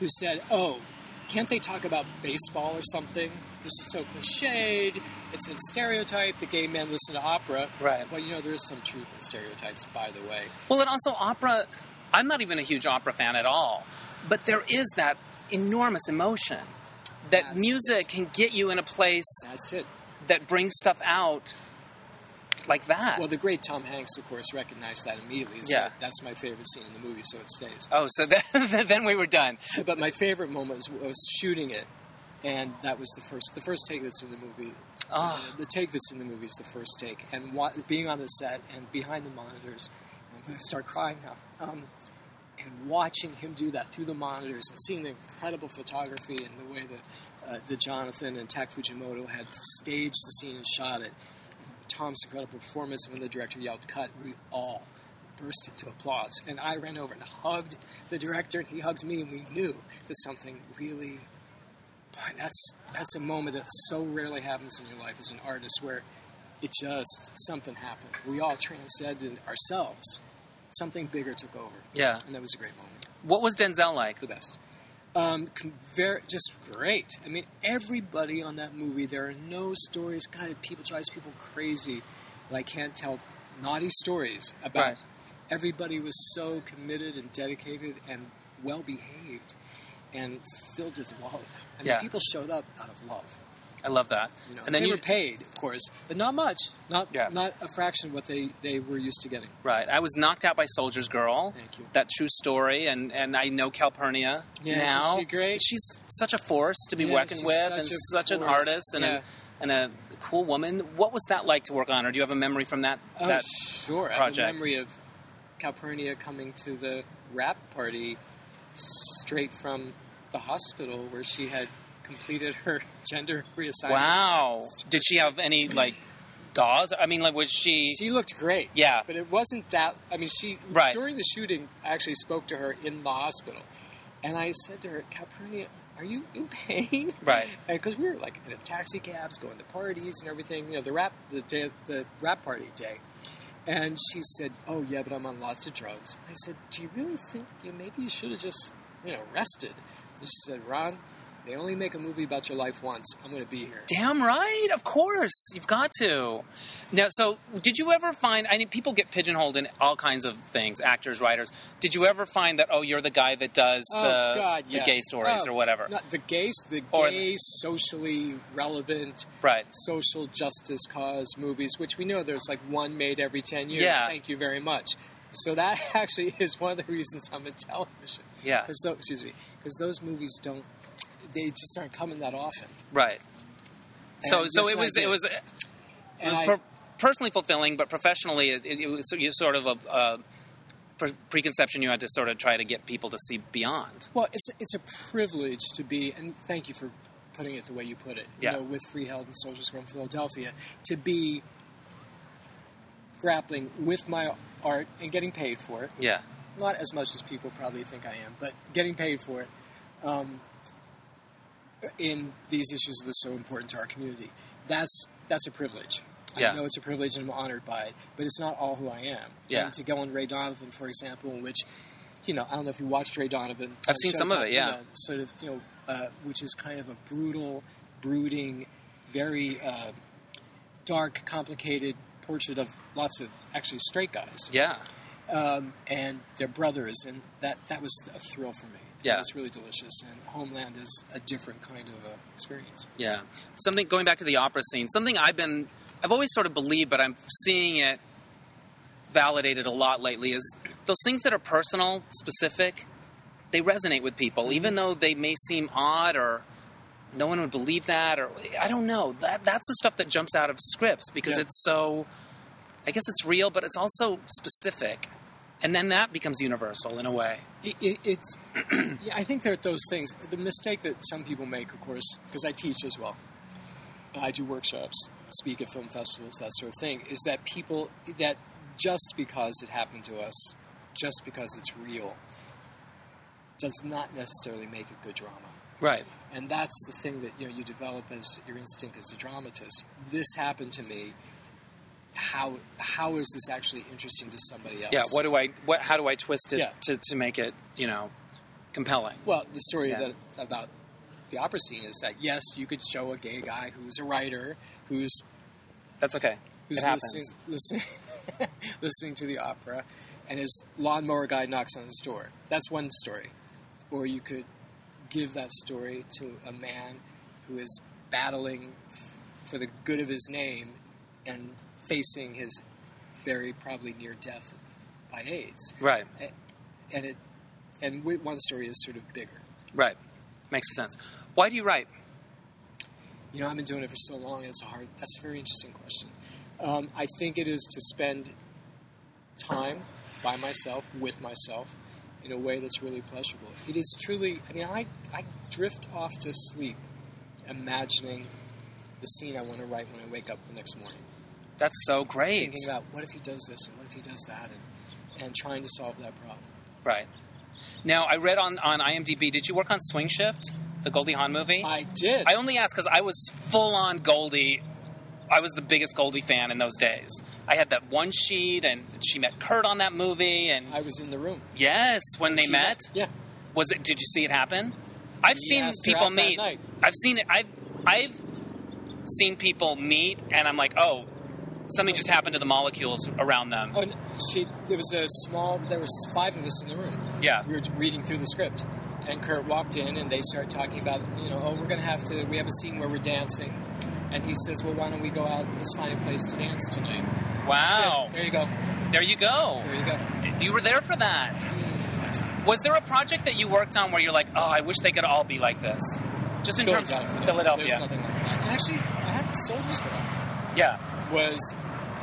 Speaker 2: who said, Oh, can't they talk about baseball or something? This is so cliched. It's a stereotype. The gay men listen to opera.
Speaker 1: Right.
Speaker 2: Well, you know, there is some truth in stereotypes, by the way.
Speaker 1: Well, and also opera. I'm not even a huge opera fan at all, but there is that enormous emotion that
Speaker 2: That's
Speaker 1: music
Speaker 2: it.
Speaker 1: can get you in a place
Speaker 2: That's it.
Speaker 1: that brings stuff out like that.
Speaker 2: Well, the great Tom Hanks, of course, recognized that immediately. So
Speaker 1: Yeah.
Speaker 2: That's my favorite scene in the movie, so it stays.
Speaker 1: oh, so then, then we were done.
Speaker 2: So, but my favorite moment was, was shooting it, and that was the first the first take that's in the movie.
Speaker 1: Ah.
Speaker 2: The take that's in the movie is the first take, and wa- being on the set and behind the monitors, and I'm going to start crying now. Um, and watching him do that through the monitors and seeing the incredible photography and the way that uh, the Jonathan and Tak Fujimoto had staged the scene and shot it, Tom's incredible performance. And when the director yelled "cut," we all burst into applause. And I ran over and hugged the director, and he hugged me, and we knew that something really. Boy, that's that's a moment that so rarely happens in your life as an artist, where it just something happened. We all transcended ourselves. Something bigger took over.
Speaker 1: Yeah.
Speaker 2: and that was a great moment.
Speaker 1: What was Denzel like?
Speaker 2: The best. Um, com- very, just great. I mean, everybody on that movie. There are no stories. God, it people drives people crazy that I can't tell naughty stories about.
Speaker 1: Right.
Speaker 2: Everybody was so committed and dedicated and well behaved and filled with love. I mean,
Speaker 1: Yeah.
Speaker 2: people showed up out of love.
Speaker 1: I love that.
Speaker 2: You know,
Speaker 1: and then
Speaker 2: they
Speaker 1: you
Speaker 2: were paid, of course, but not much. Not
Speaker 1: Yeah.
Speaker 2: not a fraction of what they they were used to getting.
Speaker 1: right. I was knocked out by Soldier's Girl.
Speaker 2: Thank you.
Speaker 1: That true story, and and I know Calpurnia
Speaker 2: Yeah, isn't
Speaker 1: now.
Speaker 2: she great?
Speaker 1: She's such a force to be
Speaker 2: Yeah,
Speaker 1: working
Speaker 2: she's
Speaker 1: with,
Speaker 2: such
Speaker 1: and
Speaker 2: a
Speaker 1: such an
Speaker 2: force.
Speaker 1: artist, and
Speaker 2: Yeah.
Speaker 1: a and a cool woman. What was that like to work on? Or do you have a memory from that?
Speaker 2: Oh,
Speaker 1: that
Speaker 2: sure. I
Speaker 1: project.
Speaker 2: have a memory of Calpurnia coming to the rap party straight from the hospital where she had completed her gender reassignment.
Speaker 1: Wow. Did she have any like gauze? I mean, like was she?
Speaker 2: She looked great.
Speaker 1: Yeah.
Speaker 2: But it wasn't that. I mean, she
Speaker 1: Right.
Speaker 2: during the shooting I actually spoke to her in the hospital, and I said to her, "Calpurnia, are you in pain?"
Speaker 1: Right.
Speaker 2: Because we were like in taxi cabs, going to parties and everything. You know, the rap the day the rap party day. And she said, "Oh yeah, but I'm on lots of drugs." I said, "Do you really think you maybe you should have just you know rested?" And she said, "Ron, they only make a movie about your life once. I'm going to be here."
Speaker 1: Damn right, of course you've got to. Now, so did you ever find? I mean, people get pigeonholed in all kinds of things, actors, writers. Did you ever find that? Oh, you're the guy that does the, the
Speaker 2: Oh, yes.
Speaker 1: gay stories
Speaker 2: Oh,
Speaker 1: or whatever.
Speaker 2: Not the gays, the
Speaker 1: Or-
Speaker 2: gay, socially relevant,
Speaker 1: Right.
Speaker 2: social justice cause movies, which we know there's like one made every 10 years.
Speaker 1: Yeah.
Speaker 2: Thank you very much. So that actually is one of the reasons I'm in television.
Speaker 1: Yeah.
Speaker 2: Because those, excuse me, because those movies don't, they just aren't coming that often.
Speaker 1: Right. So,
Speaker 2: And
Speaker 1: so
Speaker 2: yes,
Speaker 1: it
Speaker 2: I
Speaker 1: was.
Speaker 2: did.
Speaker 1: It was. uh,
Speaker 2: And I-
Speaker 1: per- personally fulfilling, but professionally, it, it was you sort of a. Uh, pre- preconception you had to sort of try to get people to see beyond.
Speaker 2: Well, it's it's a privilege to be, and thank you for putting it the way you put it.
Speaker 1: Yeah.
Speaker 2: You know, with Freeheld and Soldiers Girl in Philadelphia, to be grappling with my art and getting paid for it.
Speaker 1: Yeah.
Speaker 2: Not as much as people probably think I am, but getting paid for it. Um, in these issues that are so important to our community, that's that's a privilege.
Speaker 1: Yeah.
Speaker 2: I know it's a privilege and I'm honored by it, but it's not all who I am.
Speaker 1: Yeah.
Speaker 2: And to go on Ray Donovan, for example, which you know, I don't know if you watched Ray Donovan. It's
Speaker 1: I've
Speaker 2: on
Speaker 1: seen some of
Speaker 2: Showtime,
Speaker 1: it, yeah.
Speaker 2: you know, sort of, you know, uh, which is kind of a brutal, brooding, very uh, dark, complicated portrait of lots of actually straight guys
Speaker 1: Yeah.
Speaker 2: um, and their brothers, and that that was a thrill for me.
Speaker 1: Yeah.
Speaker 2: it's really delicious, and Homeland is a different kind of a experience.
Speaker 1: Yeah. Something going back to the opera scene, something I've been I've always sort of believed, but I'm seeing it validated a lot lately is those things that are personal, specific, they resonate with people, even though they may seem odd or no one would believe that or I don't know. That that's the stuff that jumps out of scripts because
Speaker 2: Yeah.
Speaker 1: it's so I guess it's real, but it's also specific. And then that becomes universal in a way.
Speaker 2: It, it, it's, yeah, I think there are those things. The mistake that some people make, of course, because I teach as well, I do workshops, speak at film festivals, that sort of thing, is that people that just because it happened to us, just because it's real, does not necessarily make it good drama.
Speaker 1: Right.
Speaker 2: and that's the thing that you know you develop as your instinct as a dramatist. This happened to me. How how is this actually interesting to somebody else?
Speaker 1: Yeah, what do I what how do I twist it
Speaker 2: Yeah.
Speaker 1: to, to make it, you know, compelling?
Speaker 2: Well, the story
Speaker 1: Yeah.
Speaker 2: that about the opera scene is that yes, you could show a gay guy who's a writer who's
Speaker 1: That's okay.
Speaker 2: who's
Speaker 1: it happens.
Speaker 2: listening listening, listening to the opera, and his lawnmower guy knocks on his door. That's one story. Or you could give that story to a man who is battling f- for the good of his name and facing his very probably near death by AIDS.
Speaker 1: Right,
Speaker 2: A- And it and wi- one story is sort of bigger.
Speaker 1: right. Makes sense. Why do you write?
Speaker 2: you know, I've been doing it for so long. It's a hard. That's a very interesting question. Um, I think it is to spend time by myself with myself in a way that's really pleasurable. It is truly. I mean, I I drift off to sleep, imagining the scene I want to write when I wake up the next morning,
Speaker 1: That's so great.
Speaker 2: thinking about what if he does this and what if he does that, and and trying to solve that problem.
Speaker 1: Right. Now, I read on, on IMDb, did you work on Swing Shift, the Goldie Hawn movie?
Speaker 2: I did.
Speaker 1: I only asked because I was full on Goldie. I was the biggest Goldie fan in those days. I had that one sheet, and she met Kurt on that movie. And
Speaker 2: I was in the room.
Speaker 1: yes, when they
Speaker 2: She-
Speaker 1: met,
Speaker 2: Yeah.
Speaker 1: was it? Did you see it happen? I've
Speaker 2: He
Speaker 1: seen
Speaker 2: asked her
Speaker 1: people
Speaker 2: out that
Speaker 1: meet.
Speaker 2: night.
Speaker 1: I've seen it. I've I've seen people meet, and I'm like, oh, something just happened to the molecules around them.
Speaker 2: Oh, and she. There was a small. There was five of us in the room.
Speaker 1: Yeah,
Speaker 2: we were reading through the script, and Kurt walked in, and they started talking about, you know, oh, we're going to have to, we have a scene where we're dancing, and he says, well, why don't we go out? Let's find a place to dance tonight.
Speaker 1: Wow.
Speaker 2: There you go.
Speaker 1: There you go.
Speaker 2: There you go.
Speaker 1: You were there for that.
Speaker 2: Mm.
Speaker 1: Was there a project that you worked on where you're like, oh, I wish they could all be like this? Just in terms of
Speaker 2: There's
Speaker 1: Philadelphia.
Speaker 2: nothing like that. And actually, I had Soldiers Girl
Speaker 1: Yeah.
Speaker 2: was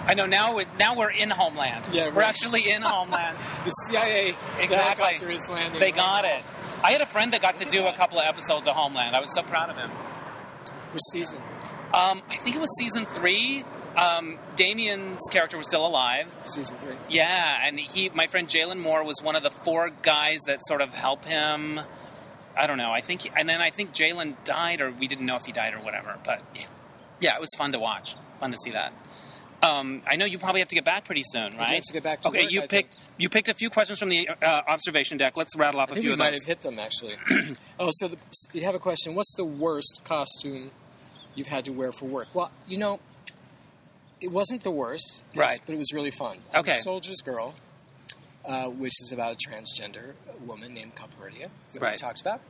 Speaker 1: I know now we, now we're in Homeland.
Speaker 2: Yeah,
Speaker 1: We're
Speaker 2: right.
Speaker 1: actually in Homeland.
Speaker 2: the CIA
Speaker 1: Exactly.
Speaker 2: the helicopter is landing.
Speaker 1: They got it. I had a friend that got to
Speaker 2: Look at
Speaker 1: do a
Speaker 2: that.
Speaker 1: couple of episodes of Homeland. I was so proud of him.
Speaker 2: Which season?
Speaker 1: Um, I think it was season three. Um, Damien's character was still alive.
Speaker 2: Season three.
Speaker 1: Yeah, and he, my friend Jalen Moore, was one of the four guys that sort of help him. I don't know. I think, and then I think Jalen died, or we didn't know if he died or whatever. But yeah, yeah, it was fun to watch, fun to see that. Um, I know you probably have to get back pretty soon,
Speaker 2: I
Speaker 1: right?
Speaker 2: do have to get back to
Speaker 1: okay,
Speaker 2: work,
Speaker 1: you
Speaker 2: I think.
Speaker 1: picked you picked a few questions from the uh, observation deck. Let's rattle off
Speaker 2: I
Speaker 1: a
Speaker 2: think
Speaker 1: few
Speaker 2: we
Speaker 1: of
Speaker 2: might
Speaker 1: those.
Speaker 2: have hit them actually. oh, so the, you have a question. What's the worst costume you've had to wear for work? Well, you know, it wasn't the worst, it was-
Speaker 1: Right.
Speaker 2: But it was really fun. I was
Speaker 1: Okay.
Speaker 2: Soldier's Girl, uh, which is about a transgender woman named Calpurnia that
Speaker 1: Right.
Speaker 2: we talked about.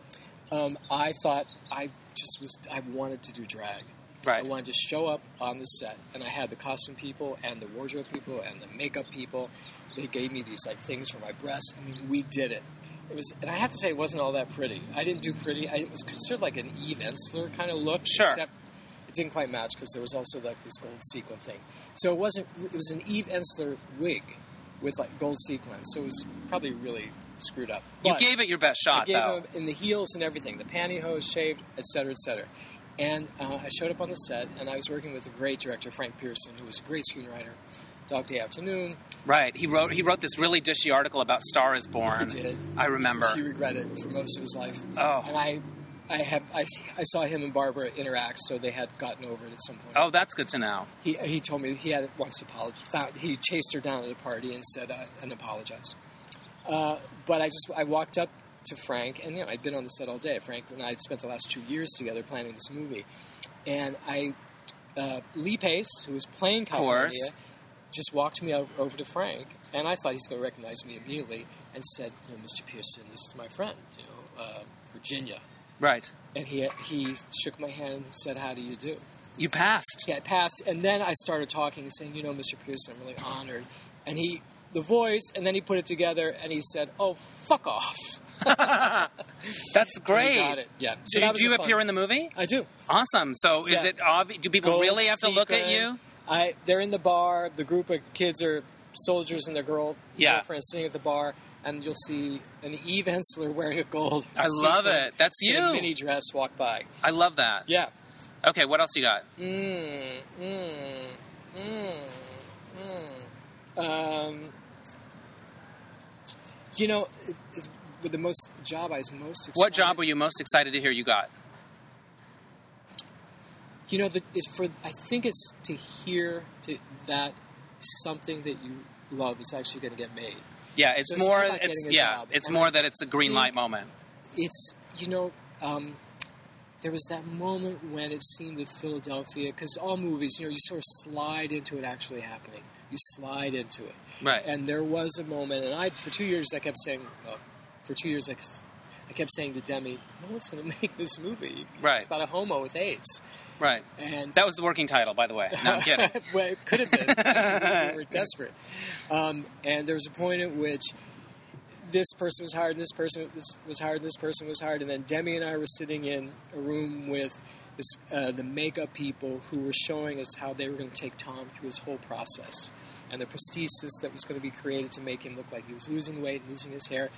Speaker 2: Um, I thought I just was. I wanted to do drag. I wanted to show up on the set, and I had the costume people and the wardrobe people and the makeup people. They gave me these like things for my breasts. I mean, we did it. It was, and I have to say, it wasn't all that pretty. I didn't do pretty. I, it was sort of like an Eve Ensler kind of look,
Speaker 1: Sure.
Speaker 2: except it didn't quite match because there was also like this gold sequin thing. So it wasn't. It was an Eve Ensler wig, with like gold sequins. So it was probably really screwed up.
Speaker 3: You
Speaker 2: But
Speaker 3: gave it your best
Speaker 2: I
Speaker 3: shot,
Speaker 2: gave
Speaker 3: though.
Speaker 2: him in the heels and everything, the pantyhose shaved, et cetera, et cetera. And uh, I showed up on the set, and I was working with a great director, Frank Pearson, who was a great screenwriter. Dog Day Afternoon,
Speaker 3: Right. He wrote he wrote this really dishy article about Star is Born.
Speaker 2: He did.
Speaker 3: I remember.
Speaker 2: She regretted it for most of his life. And
Speaker 3: Oh.
Speaker 2: I, I have, I, I saw him and Barbara interact, so they had gotten over it at some point.
Speaker 3: Oh, that's good to know.
Speaker 2: He, he told me he had once apologized. Found, he chased her down at a party and said uh, and apologized. Uh, but I just I walked up to Frank and you know I'd been on the set all day. Frank and I had spent the last two years together planning this movie, and I uh, Lee Pace, who was playing California,
Speaker 3: course.
Speaker 2: just walked me o- over to Frank, and I thought he's going to recognize me immediately, and said, you know, "Mr. Pearson, this is my friend, you know, uh, Virginia."
Speaker 3: Right.
Speaker 2: And he he shook my hand and said, "How do you do?"
Speaker 3: You passed.
Speaker 2: Yeah, it passed. And then I started talking, saying, you know, Mr. Pearson, I'm really honored. And he, the voice, and then he put it together and he said, oh, fuck off.
Speaker 3: That's
Speaker 2: And
Speaker 3: great.
Speaker 2: He got it. Yeah.
Speaker 3: So
Speaker 2: that
Speaker 3: you,
Speaker 2: was
Speaker 3: do you
Speaker 2: a fun-
Speaker 3: appear in the movie?
Speaker 2: I do.
Speaker 3: Awesome. So is
Speaker 2: Yeah.
Speaker 3: it obvious? Do people
Speaker 2: Gold
Speaker 3: really have to look at
Speaker 2: sequin.
Speaker 3: you?
Speaker 2: I, they're in the bar. The group of kids are soldiers and their girl,
Speaker 3: Yeah.
Speaker 2: girlfriend sitting at the bar. And you'll see an Eve Ensler wearing a gold.
Speaker 3: I love
Speaker 2: sequin
Speaker 3: it. That's
Speaker 2: in a
Speaker 3: you.
Speaker 2: mini dress walk by.
Speaker 3: I love that.
Speaker 2: Yeah.
Speaker 3: Okay, what else you got?
Speaker 2: Mm, mm, mm, mm. Um, you know, it, it, with the most job I was most excited.
Speaker 3: What job were you most excited to hear you got?
Speaker 2: You know, the, it's for I think it's to hear to, that something that you love is actually going to get made.
Speaker 3: Yeah, it's
Speaker 2: So it's
Speaker 3: more.
Speaker 2: not about
Speaker 3: It's
Speaker 2: getting a
Speaker 3: yeah,
Speaker 2: job.
Speaker 3: it's
Speaker 2: And
Speaker 3: more
Speaker 2: I
Speaker 3: that it's a green
Speaker 2: think-
Speaker 3: light moment.
Speaker 2: It's you know. Um, there was that moment when it seemed that Philadelphia, because all movies, you know, you sort of slide into it actually happening. You slide into it.
Speaker 3: Right.
Speaker 2: And there was a moment, and I for two years I kept saying, well, for two years I, s- I kept saying to Demi, no one's going to make this movie.
Speaker 3: Right.
Speaker 2: It's about a homo with AIDS,
Speaker 3: Right.
Speaker 2: and
Speaker 3: That was the working title, by the way. No, I'm kidding.
Speaker 2: well, it could have been. Actually, we were desperate, um, and there was a point at which this person was hired, and this person was- was hired, and this person was hired, and then Demi and I were sitting in a room with this, uh, the makeup people who were showing us how they were going to take Tom through his whole process, and the prosthesis that was going to be created to make him look like he was losing weight and losing his hair.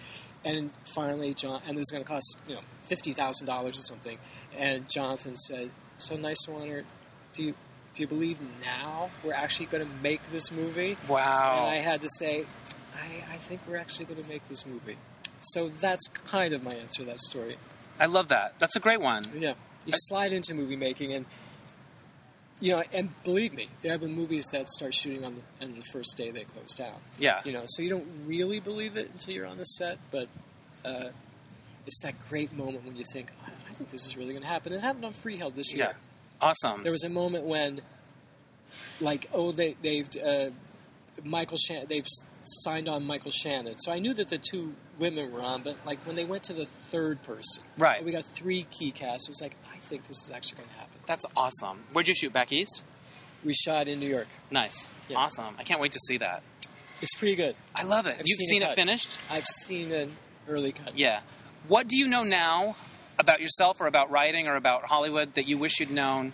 Speaker 2: And finally, John, and it was going to cost you know fifty thousand dollars or something. And Jonathan said, "So nice, Warner. Do you do you believe now we're actually going to make this movie? And I
Speaker 3: Wow.
Speaker 2: had to say, I, I think we're actually going to make this movie. So that's kind of my answer to that story.
Speaker 3: I love that. That's a great one.
Speaker 2: Yeah. You slide into movie making and, you know, and believe me, there have been movies that start shooting on the, on the first day they close down.
Speaker 3: Yeah.
Speaker 2: You know, so you don't really believe it until you're on the set, but uh, it's that great moment when you think, I, I think this is really going to happen. It happened on Freeheld this year.
Speaker 3: Yeah. Awesome.
Speaker 2: There was a moment when, like, oh, they, they've uh, Michael Shan- they've s- signed on Michael Shannon. So I knew that the two women were on, but like when they went to the third person,
Speaker 3: Right.
Speaker 2: We got three key casts. It was like I think this is actually going to happen.
Speaker 3: That's awesome. Where'd you shoot back east?
Speaker 2: We shot in New York.
Speaker 3: Nice.
Speaker 2: Yeah.
Speaker 3: Awesome. I can't wait to see that.
Speaker 2: It's pretty good.
Speaker 3: I love it.
Speaker 2: I've
Speaker 3: You've
Speaker 2: seen
Speaker 3: seen
Speaker 2: it
Speaker 3: it,
Speaker 2: cut.
Speaker 3: finished?
Speaker 2: I've seen an early cut.
Speaker 3: Yeah. What do you know now about yourself or about writing or about Hollywood that you wish you'd known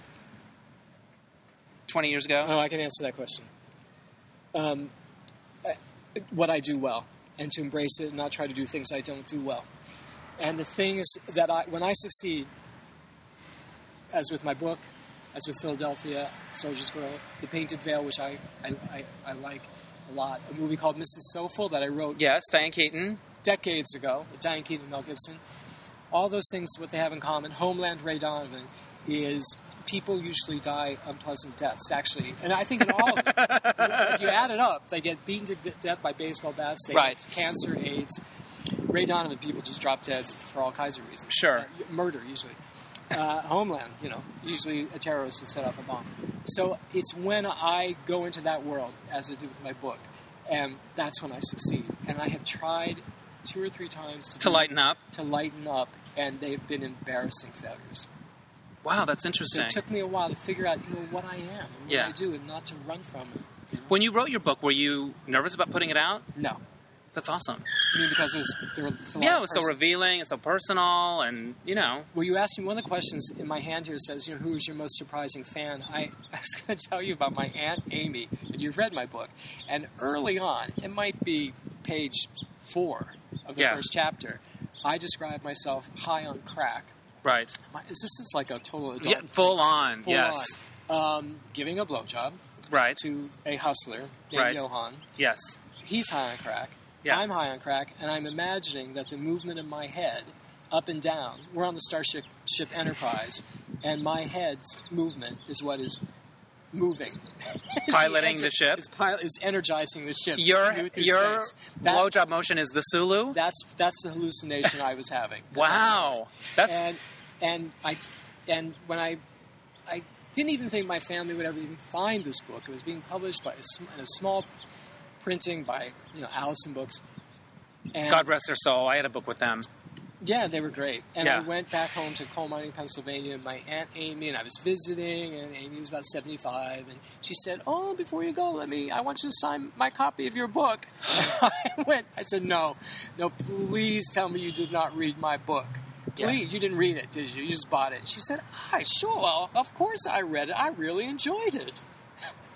Speaker 3: 20 years ago?
Speaker 2: Oh, I can answer that question. Um, uh, what I do well, and to embrace it, and not try to do things I don't do well, and the things that I when I succeed, as with my book, as with Philadelphia, Soldier's Girl, The Painted Veil, which I I, I, I like a lot, a movie called Mrs. Soulful that I wrote
Speaker 3: yes, Diane Keaton.
Speaker 2: decades ago, with Diane Keaton and Mel Gibson. All those things, what they have in common, Homeland Ray Donovan, is people usually die unpleasant deaths, actually. And I think in all of them, if you add it up, they get beaten to de- death by baseball bats, they
Speaker 3: Right.
Speaker 2: get cancer, AIDS. Ray Donovan, people just drop dead for all kinds of reasons.
Speaker 3: Sure.
Speaker 2: Uh, murder, usually. Uh, homeland, you know, usually a terrorist has set off a bomb. So it's when I go into that world, as I did with my book, and that's when I succeed. And I have tried two or three times to,
Speaker 3: To
Speaker 2: do-
Speaker 3: lighten up.
Speaker 2: to lighten up, and they've been embarrassing failures.
Speaker 3: Wow, that's
Speaker 2: So
Speaker 3: interesting.
Speaker 2: it took me a while to figure out, you know, what I am and what
Speaker 3: Yeah.
Speaker 2: I do, and not to run from it. you know?
Speaker 3: when you wrote your book, were you nervous about putting it out?
Speaker 2: No,
Speaker 1: That's awesome.
Speaker 2: I mean, because there's there's a lot.
Speaker 1: Yeah,
Speaker 2: of
Speaker 1: it was
Speaker 2: pers-
Speaker 1: so revealing and so personal, and you know,
Speaker 2: Well, you asked me one of the questions in my hand here says, you know, who is your most surprising fan? I, I was going to tell you about my Aunt Amy, and you've read my book. And early on, it might be page four of the
Speaker 1: Yeah.
Speaker 2: first chapter, I described myself high on crack.
Speaker 1: right?
Speaker 2: My, this is like a total adult.
Speaker 1: Yeah, full on.
Speaker 2: full
Speaker 1: yes.
Speaker 2: on. Um, giving a blowjob
Speaker 1: Right.
Speaker 2: to a hustler named
Speaker 1: Right.
Speaker 2: Johan.
Speaker 1: Yes.
Speaker 2: He's high on crack.
Speaker 1: Yeah.
Speaker 2: I'm high on crack, and I'm imagining that the movement in my head, up and down, we're on the Starship ship Enterprise, and my head's movement is what is moving, Is
Speaker 1: Piloting the ship?
Speaker 2: is, pil- is energizing the ship.
Speaker 1: Your
Speaker 2: through- through
Speaker 1: your
Speaker 2: space. That-
Speaker 1: blowjob motion is the Sulu.
Speaker 2: That's that's the hallucination I was having.
Speaker 1: wow. That's
Speaker 2: and and I and when I I didn't even think my family would ever even find this book. It was being published by a, sm- in a small printing by you know Allison Books. And
Speaker 1: God rest their soul. I had a book with them.
Speaker 2: yeah, they were great. And I
Speaker 1: Yeah.
Speaker 2: went back home to coal mining, Pennsylvania, and my aunt Amy and I was visiting, and Amy was about seventy-five, and she said, "Oh, before you go, let me. I want you to sign my copy of your book." I went. I said, "No, no, please tell me you did not read my book."
Speaker 1: Yeah.
Speaker 2: Please, you didn't read it, did you? You just bought it. She said, "I sure, well, of course I read it. I really enjoyed it."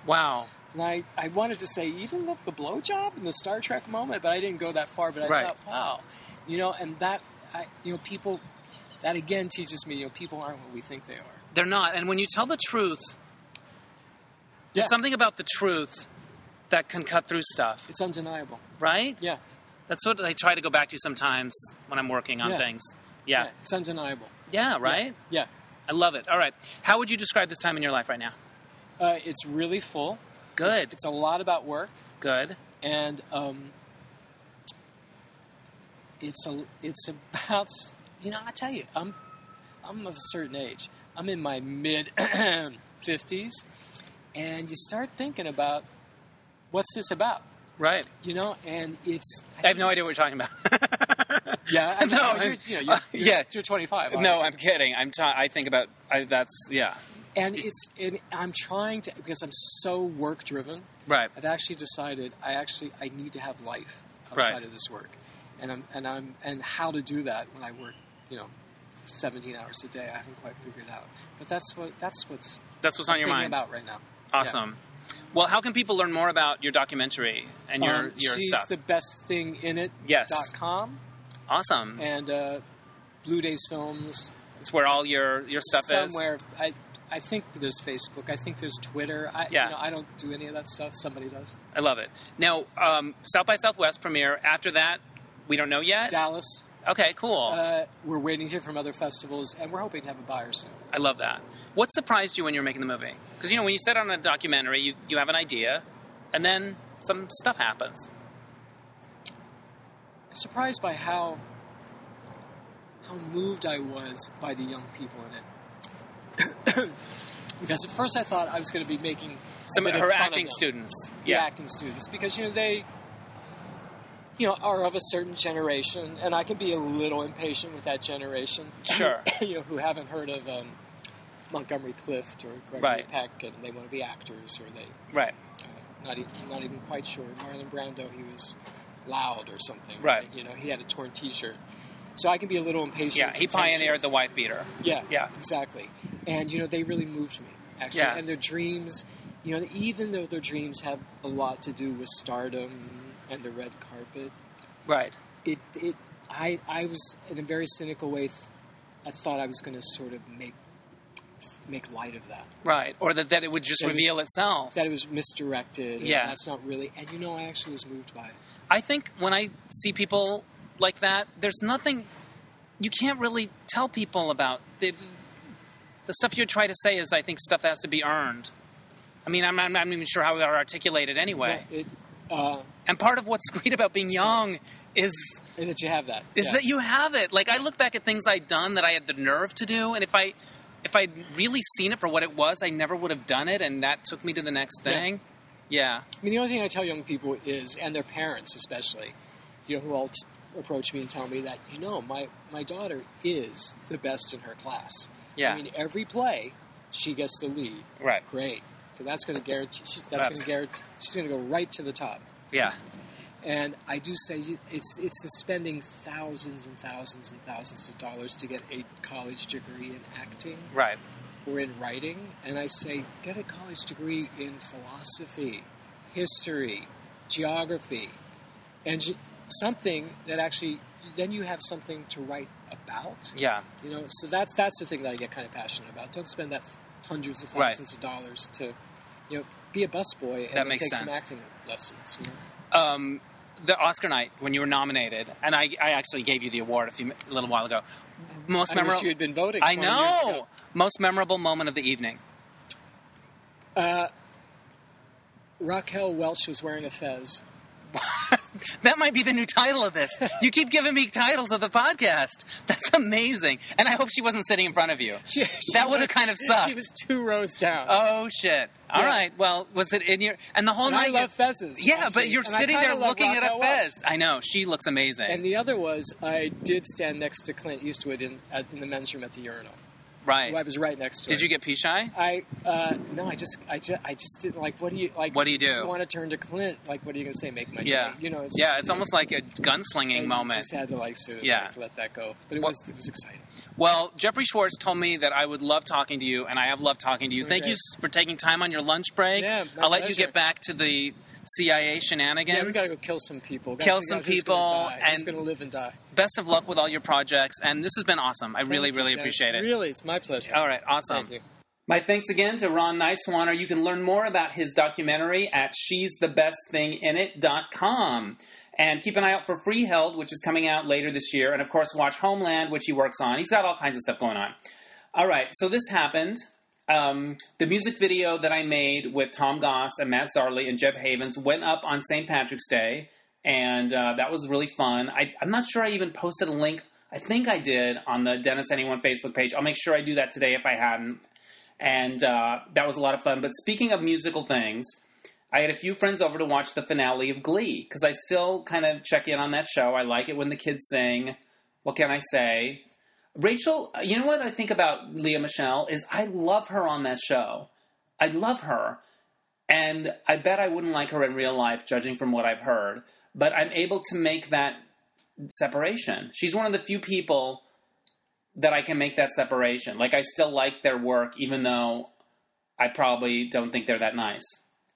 Speaker 1: Wow.
Speaker 2: And I, I wanted to say even the, the blowjob and the Star Trek moment, but I didn't go that far. But I
Speaker 1: Right.
Speaker 2: thought, wow, you know, and that, I, you know, people, that again teaches me, you know, people aren't what we think they are.
Speaker 1: They're not. And when you tell the truth,
Speaker 2: Yeah.
Speaker 1: there's something about the truth that can cut through stuff,
Speaker 2: It's undeniable.
Speaker 1: right?
Speaker 2: Yeah,
Speaker 1: That's what I try to go back to sometimes when I'm working on
Speaker 2: Yeah.
Speaker 1: things. Yeah.
Speaker 2: it's undeniable.
Speaker 1: yeah. right?
Speaker 2: Yeah,
Speaker 1: I love it. All right. How would you describe this time in your life right now?
Speaker 2: uh, it's really full. It's-
Speaker 1: Good.
Speaker 2: It's, a lot about work,
Speaker 1: Good.
Speaker 2: and um, it's a, it's about, s- you know, I tell you, I'm, I'm of a certain age. I'm in my mid fifties, and you start thinking about what's this about,
Speaker 1: Right.
Speaker 2: you know? And it's
Speaker 1: I have no idea what you're talking about.
Speaker 2: Yeah, I mean,
Speaker 1: No,
Speaker 2: no,
Speaker 1: I'm-
Speaker 2: you're, you know, you're,
Speaker 1: uh,
Speaker 2: you're,
Speaker 1: yeah.
Speaker 2: you're 25.
Speaker 1: no,
Speaker 2: obviously.
Speaker 1: I'm kidding. I'm. Ta- I think about. I, that's yeah.
Speaker 2: and it's and I'm trying to because I'm so work driven.
Speaker 1: Right.
Speaker 2: I've actually decided I actually I need to have life
Speaker 1: Right.
Speaker 2: outside of this work, and I'm and I'm and how to do that when I work, you know, 17 hours a day. I haven't quite figured out, but that's what that's what's
Speaker 1: That's what's
Speaker 2: I'm
Speaker 1: on your
Speaker 2: thinking
Speaker 1: mind.
Speaker 2: about right now.
Speaker 1: Awesome. Well, how can people learn more about your documentary and your
Speaker 2: Um,
Speaker 1: your
Speaker 2: she's
Speaker 1: stuff?
Speaker 2: the best thing in it.
Speaker 1: Yes.
Speaker 2: dot com
Speaker 1: awesome.
Speaker 2: and uh, Blue Days Films
Speaker 1: It's where all your your stuff is.
Speaker 2: somewhere. I I think there's Facebook. I think there's Twitter. I,
Speaker 1: Yeah.
Speaker 2: you know, I don't do any of that stuff. Somebody does.
Speaker 1: I love it. Now, um, South by Southwest premiere. After that, we don't know yet.
Speaker 2: Dallas.
Speaker 1: okay, cool.
Speaker 2: Uh, we're waiting here from other festivals, and we're hoping to have a buyer soon.
Speaker 1: I love that. What surprised you when you were making the movie? Because you know when you set on a documentary, you you have an idea, and then some stuff happens.
Speaker 2: Surprised by how how moved I was by the young people in it. because at first I thought I was going to be making
Speaker 1: Some
Speaker 2: a bit of
Speaker 1: her
Speaker 2: fun of
Speaker 1: acting
Speaker 2: them.
Speaker 1: students.
Speaker 2: the acting students because you know they you know are of a certain generation and i can be a little impatient with that generation
Speaker 1: Sure.
Speaker 2: you know who haven't heard of um, montgomery clift or gregory
Speaker 1: Right.
Speaker 2: peck and they want to be actors or they
Speaker 1: Right.
Speaker 2: uh, not, e- not even quite sure marlon brando he was loud or something
Speaker 1: Right.
Speaker 2: you know he had a torn t-shirt so i can be a little impatient
Speaker 1: Yeah.
Speaker 2: and
Speaker 1: He pioneered the
Speaker 2: contentious.
Speaker 1: wife beater.
Speaker 2: yeah
Speaker 1: Yeah.
Speaker 2: Exactly. And you know, they really moved me actually.
Speaker 1: Yeah.
Speaker 2: And their dreams, you know, even though their dreams have a lot to do with stardom and the red carpet,
Speaker 1: Right.
Speaker 2: it it I I was in a very cynical way I thought I was going to sort of make make light of that.
Speaker 1: Right. Or that, that it would just
Speaker 2: It was-
Speaker 1: reveal itself.
Speaker 2: That it was misdirected. and
Speaker 1: Yeah.
Speaker 2: That's not really. And you know, I actually was moved by it.
Speaker 1: I think when I see people like that, there's nothing you can't really tell people about. The, the stuff you try to say is, I think, stuff that has to be earned. I mean, I'm, I'm not even sure how they are articulated anyway.
Speaker 2: Yeah, It uh,
Speaker 1: And part of what's great about being young is
Speaker 2: and that you have that.
Speaker 1: is
Speaker 2: Yeah.
Speaker 1: that you have it. Like I look back at things I'd done that I had the nerve to do, and if I if I'd really seen it for what it was, I never would have done it, and that took me to the next
Speaker 2: Yeah.
Speaker 1: thing. Yeah,
Speaker 2: I mean, the only thing I tell young people is, and their parents especially, you know, who all approach me and tell me that, you know, my, my daughter is the best in her class.
Speaker 1: yeah,
Speaker 2: I mean, every play, she gets the lead.
Speaker 1: right,
Speaker 2: Great. 'Cause That's going to guarantee. She, that's
Speaker 1: That's-
Speaker 2: going to guarantee. She's going to go right to the top.
Speaker 1: yeah.
Speaker 2: And I do say you- it's it's the spending thousands and thousands and thousands of dollars to get a college degree in acting
Speaker 3: Right.
Speaker 2: or in writing, and I say get a college degree in philosophy, history, geography, and ge- something that actually then you have something to write about.
Speaker 3: Yeah.
Speaker 2: You know, so that's that's the thing that I get kind of passionate about. Don't spend that hundreds of
Speaker 3: Right.
Speaker 2: thousands of dollars to, you know, be a busboy and
Speaker 3: That
Speaker 2: then
Speaker 3: makes
Speaker 2: take some
Speaker 3: sense.
Speaker 2: acting lessons. You know?
Speaker 3: um, the Oscar night when you were nominated, and I, I actually gave you the award a few a little while ago. Most
Speaker 2: I wish
Speaker 3: memorable.
Speaker 2: you had been voting.
Speaker 3: I
Speaker 2: 20 years
Speaker 3: know. Most memorable moment of the evening.
Speaker 2: ago. Uh, Raquel Welch was wearing a fez.
Speaker 3: that might be the new title of this. You keep giving me titles of the podcast. That's amazing. And I hope she wasn't sitting in front of you.
Speaker 2: She, she
Speaker 3: That would've
Speaker 2: was-
Speaker 3: kind of sucked.
Speaker 2: She was two rows down.
Speaker 3: Oh shit! All
Speaker 2: Yeah.
Speaker 3: right. Well, was it in your and the whole
Speaker 2: and
Speaker 3: night?
Speaker 2: I love fezes.
Speaker 3: yeah,
Speaker 2: actually,
Speaker 3: but you're
Speaker 2: and I
Speaker 3: sitting
Speaker 2: kinda
Speaker 3: there
Speaker 2: love
Speaker 3: looking at a
Speaker 2: Raquel Welch.
Speaker 3: fez. I know she looks amazing.
Speaker 2: And the other was I did stand next to Clint Eastwood in at, in the men's room at the urinal.
Speaker 3: right?
Speaker 2: Who I was right next to.
Speaker 3: Did
Speaker 2: her.
Speaker 3: you get pee shy?
Speaker 2: I uh, no, I just, I just, I just didn't like. What do you like?
Speaker 3: What do you do?
Speaker 2: want to turn to Clint? Like, what are you gonna say? Make my
Speaker 3: Yeah.
Speaker 2: day. You know. It's,
Speaker 3: yeah, it's almost like a gunslinging
Speaker 2: I
Speaker 3: moment.
Speaker 2: Just had to like, sort of,
Speaker 3: Yeah.
Speaker 2: like, let that go. But it
Speaker 3: What-
Speaker 2: was, it was exciting.
Speaker 3: Well, Jeffrey Schwartz told me that I would love talking to you, and I have loved talking to you.
Speaker 2: Okay.
Speaker 3: Thank you s- for taking time on your lunch break.
Speaker 2: Yeah, my
Speaker 3: I'll let you
Speaker 2: pleasure.
Speaker 3: get back to the CIA shenanigans.
Speaker 2: Yeah, we gotta go kill some people. We gotta
Speaker 3: Kill
Speaker 2: figure
Speaker 3: some
Speaker 2: out who's
Speaker 3: people
Speaker 2: gonna die, who's
Speaker 3: and-
Speaker 2: gonna live and die.
Speaker 3: Best of luck with all your projects, and this has been awesome. I really,
Speaker 2: Thank you,
Speaker 3: really
Speaker 2: Dennis.
Speaker 3: appreciate it.
Speaker 2: Really, it's my pleasure.
Speaker 3: all right, awesome.
Speaker 2: Thank you.
Speaker 1: My thanks again to Ron Nicewanner. You can learn more about his documentary at she'sthebestthinginit.com. And keep an eye out for Freeheld, which is coming out later this year. And of course, watch Homeland, which he works on. He's got all kinds of stuff going on. All right, so this happened. Um, the music video that I made with Tom Goss and Matt Zarley and Jeb Havens went up on St. Patrick's Day, and uh, that was really fun. I, I'm not sure I even posted a link. I think I did on the Dennis Anyone Facebook page. I'll make sure I do that today if I hadn't and uh, that was a lot of fun. But speaking of musical things, I had a few friends over to watch the finale of Glee because I still kind of check in on that show. I like it when the kids sing. What can I say? Rachel, you know what I think about Leah Michelle is I love her on that show. I love her. And I bet I wouldn't like her in real life, judging from what I've heard. But I'm able to make that separation. She's one of the few people that I can make that separation. Like I still like their work, even though I probably don't think they're that nice.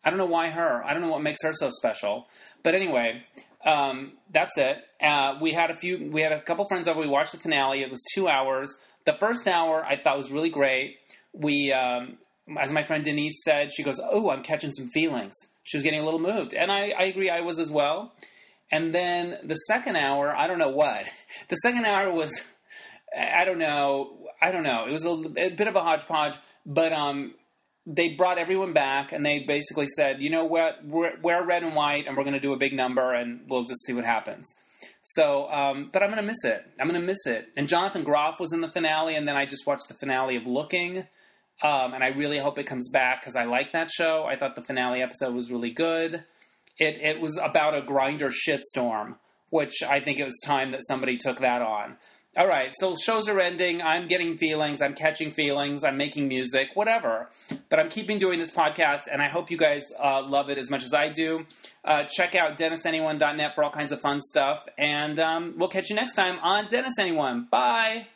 Speaker 1: I don't know why her. I don't know what makes her so special. But anyway, um, that's it. Uh, we had a few. We had a couple friends over. We watched the finale. It was two hours. The first hour I thought was really great. We, um, as my friend Denise said, she goes, "Oh, I'm catching some feelings." She was getting a little moved, and I, I agree. I was as well. And then the second hour, I don't know what. The second hour was I don't know. I don't know. It was a, a bit of a hodgepodge, but um, they brought everyone back and they basically said, you know what, we're, we're red and white and we're going to do a big number and we'll just see what happens. So, um, but I'm going to miss it. I'm going to miss it. And Jonathan Groff was in the finale, and then I just watched the finale of Looking. Um, and I really hope it comes back because I like that show. I thought the finale episode was really good. It, it was about a grinder shitstorm, which I think it was time that somebody took that on. All right, so shows are ending. I'm getting feelings. I'm catching feelings. I'm making music, whatever. But I'm keeping doing this podcast, and I hope you guys uh, love it as much as I do. Uh, check out DennisAnyone.net for all kinds of fun stuff, and um, we'll catch you next time on Dennis Anyone. Bye.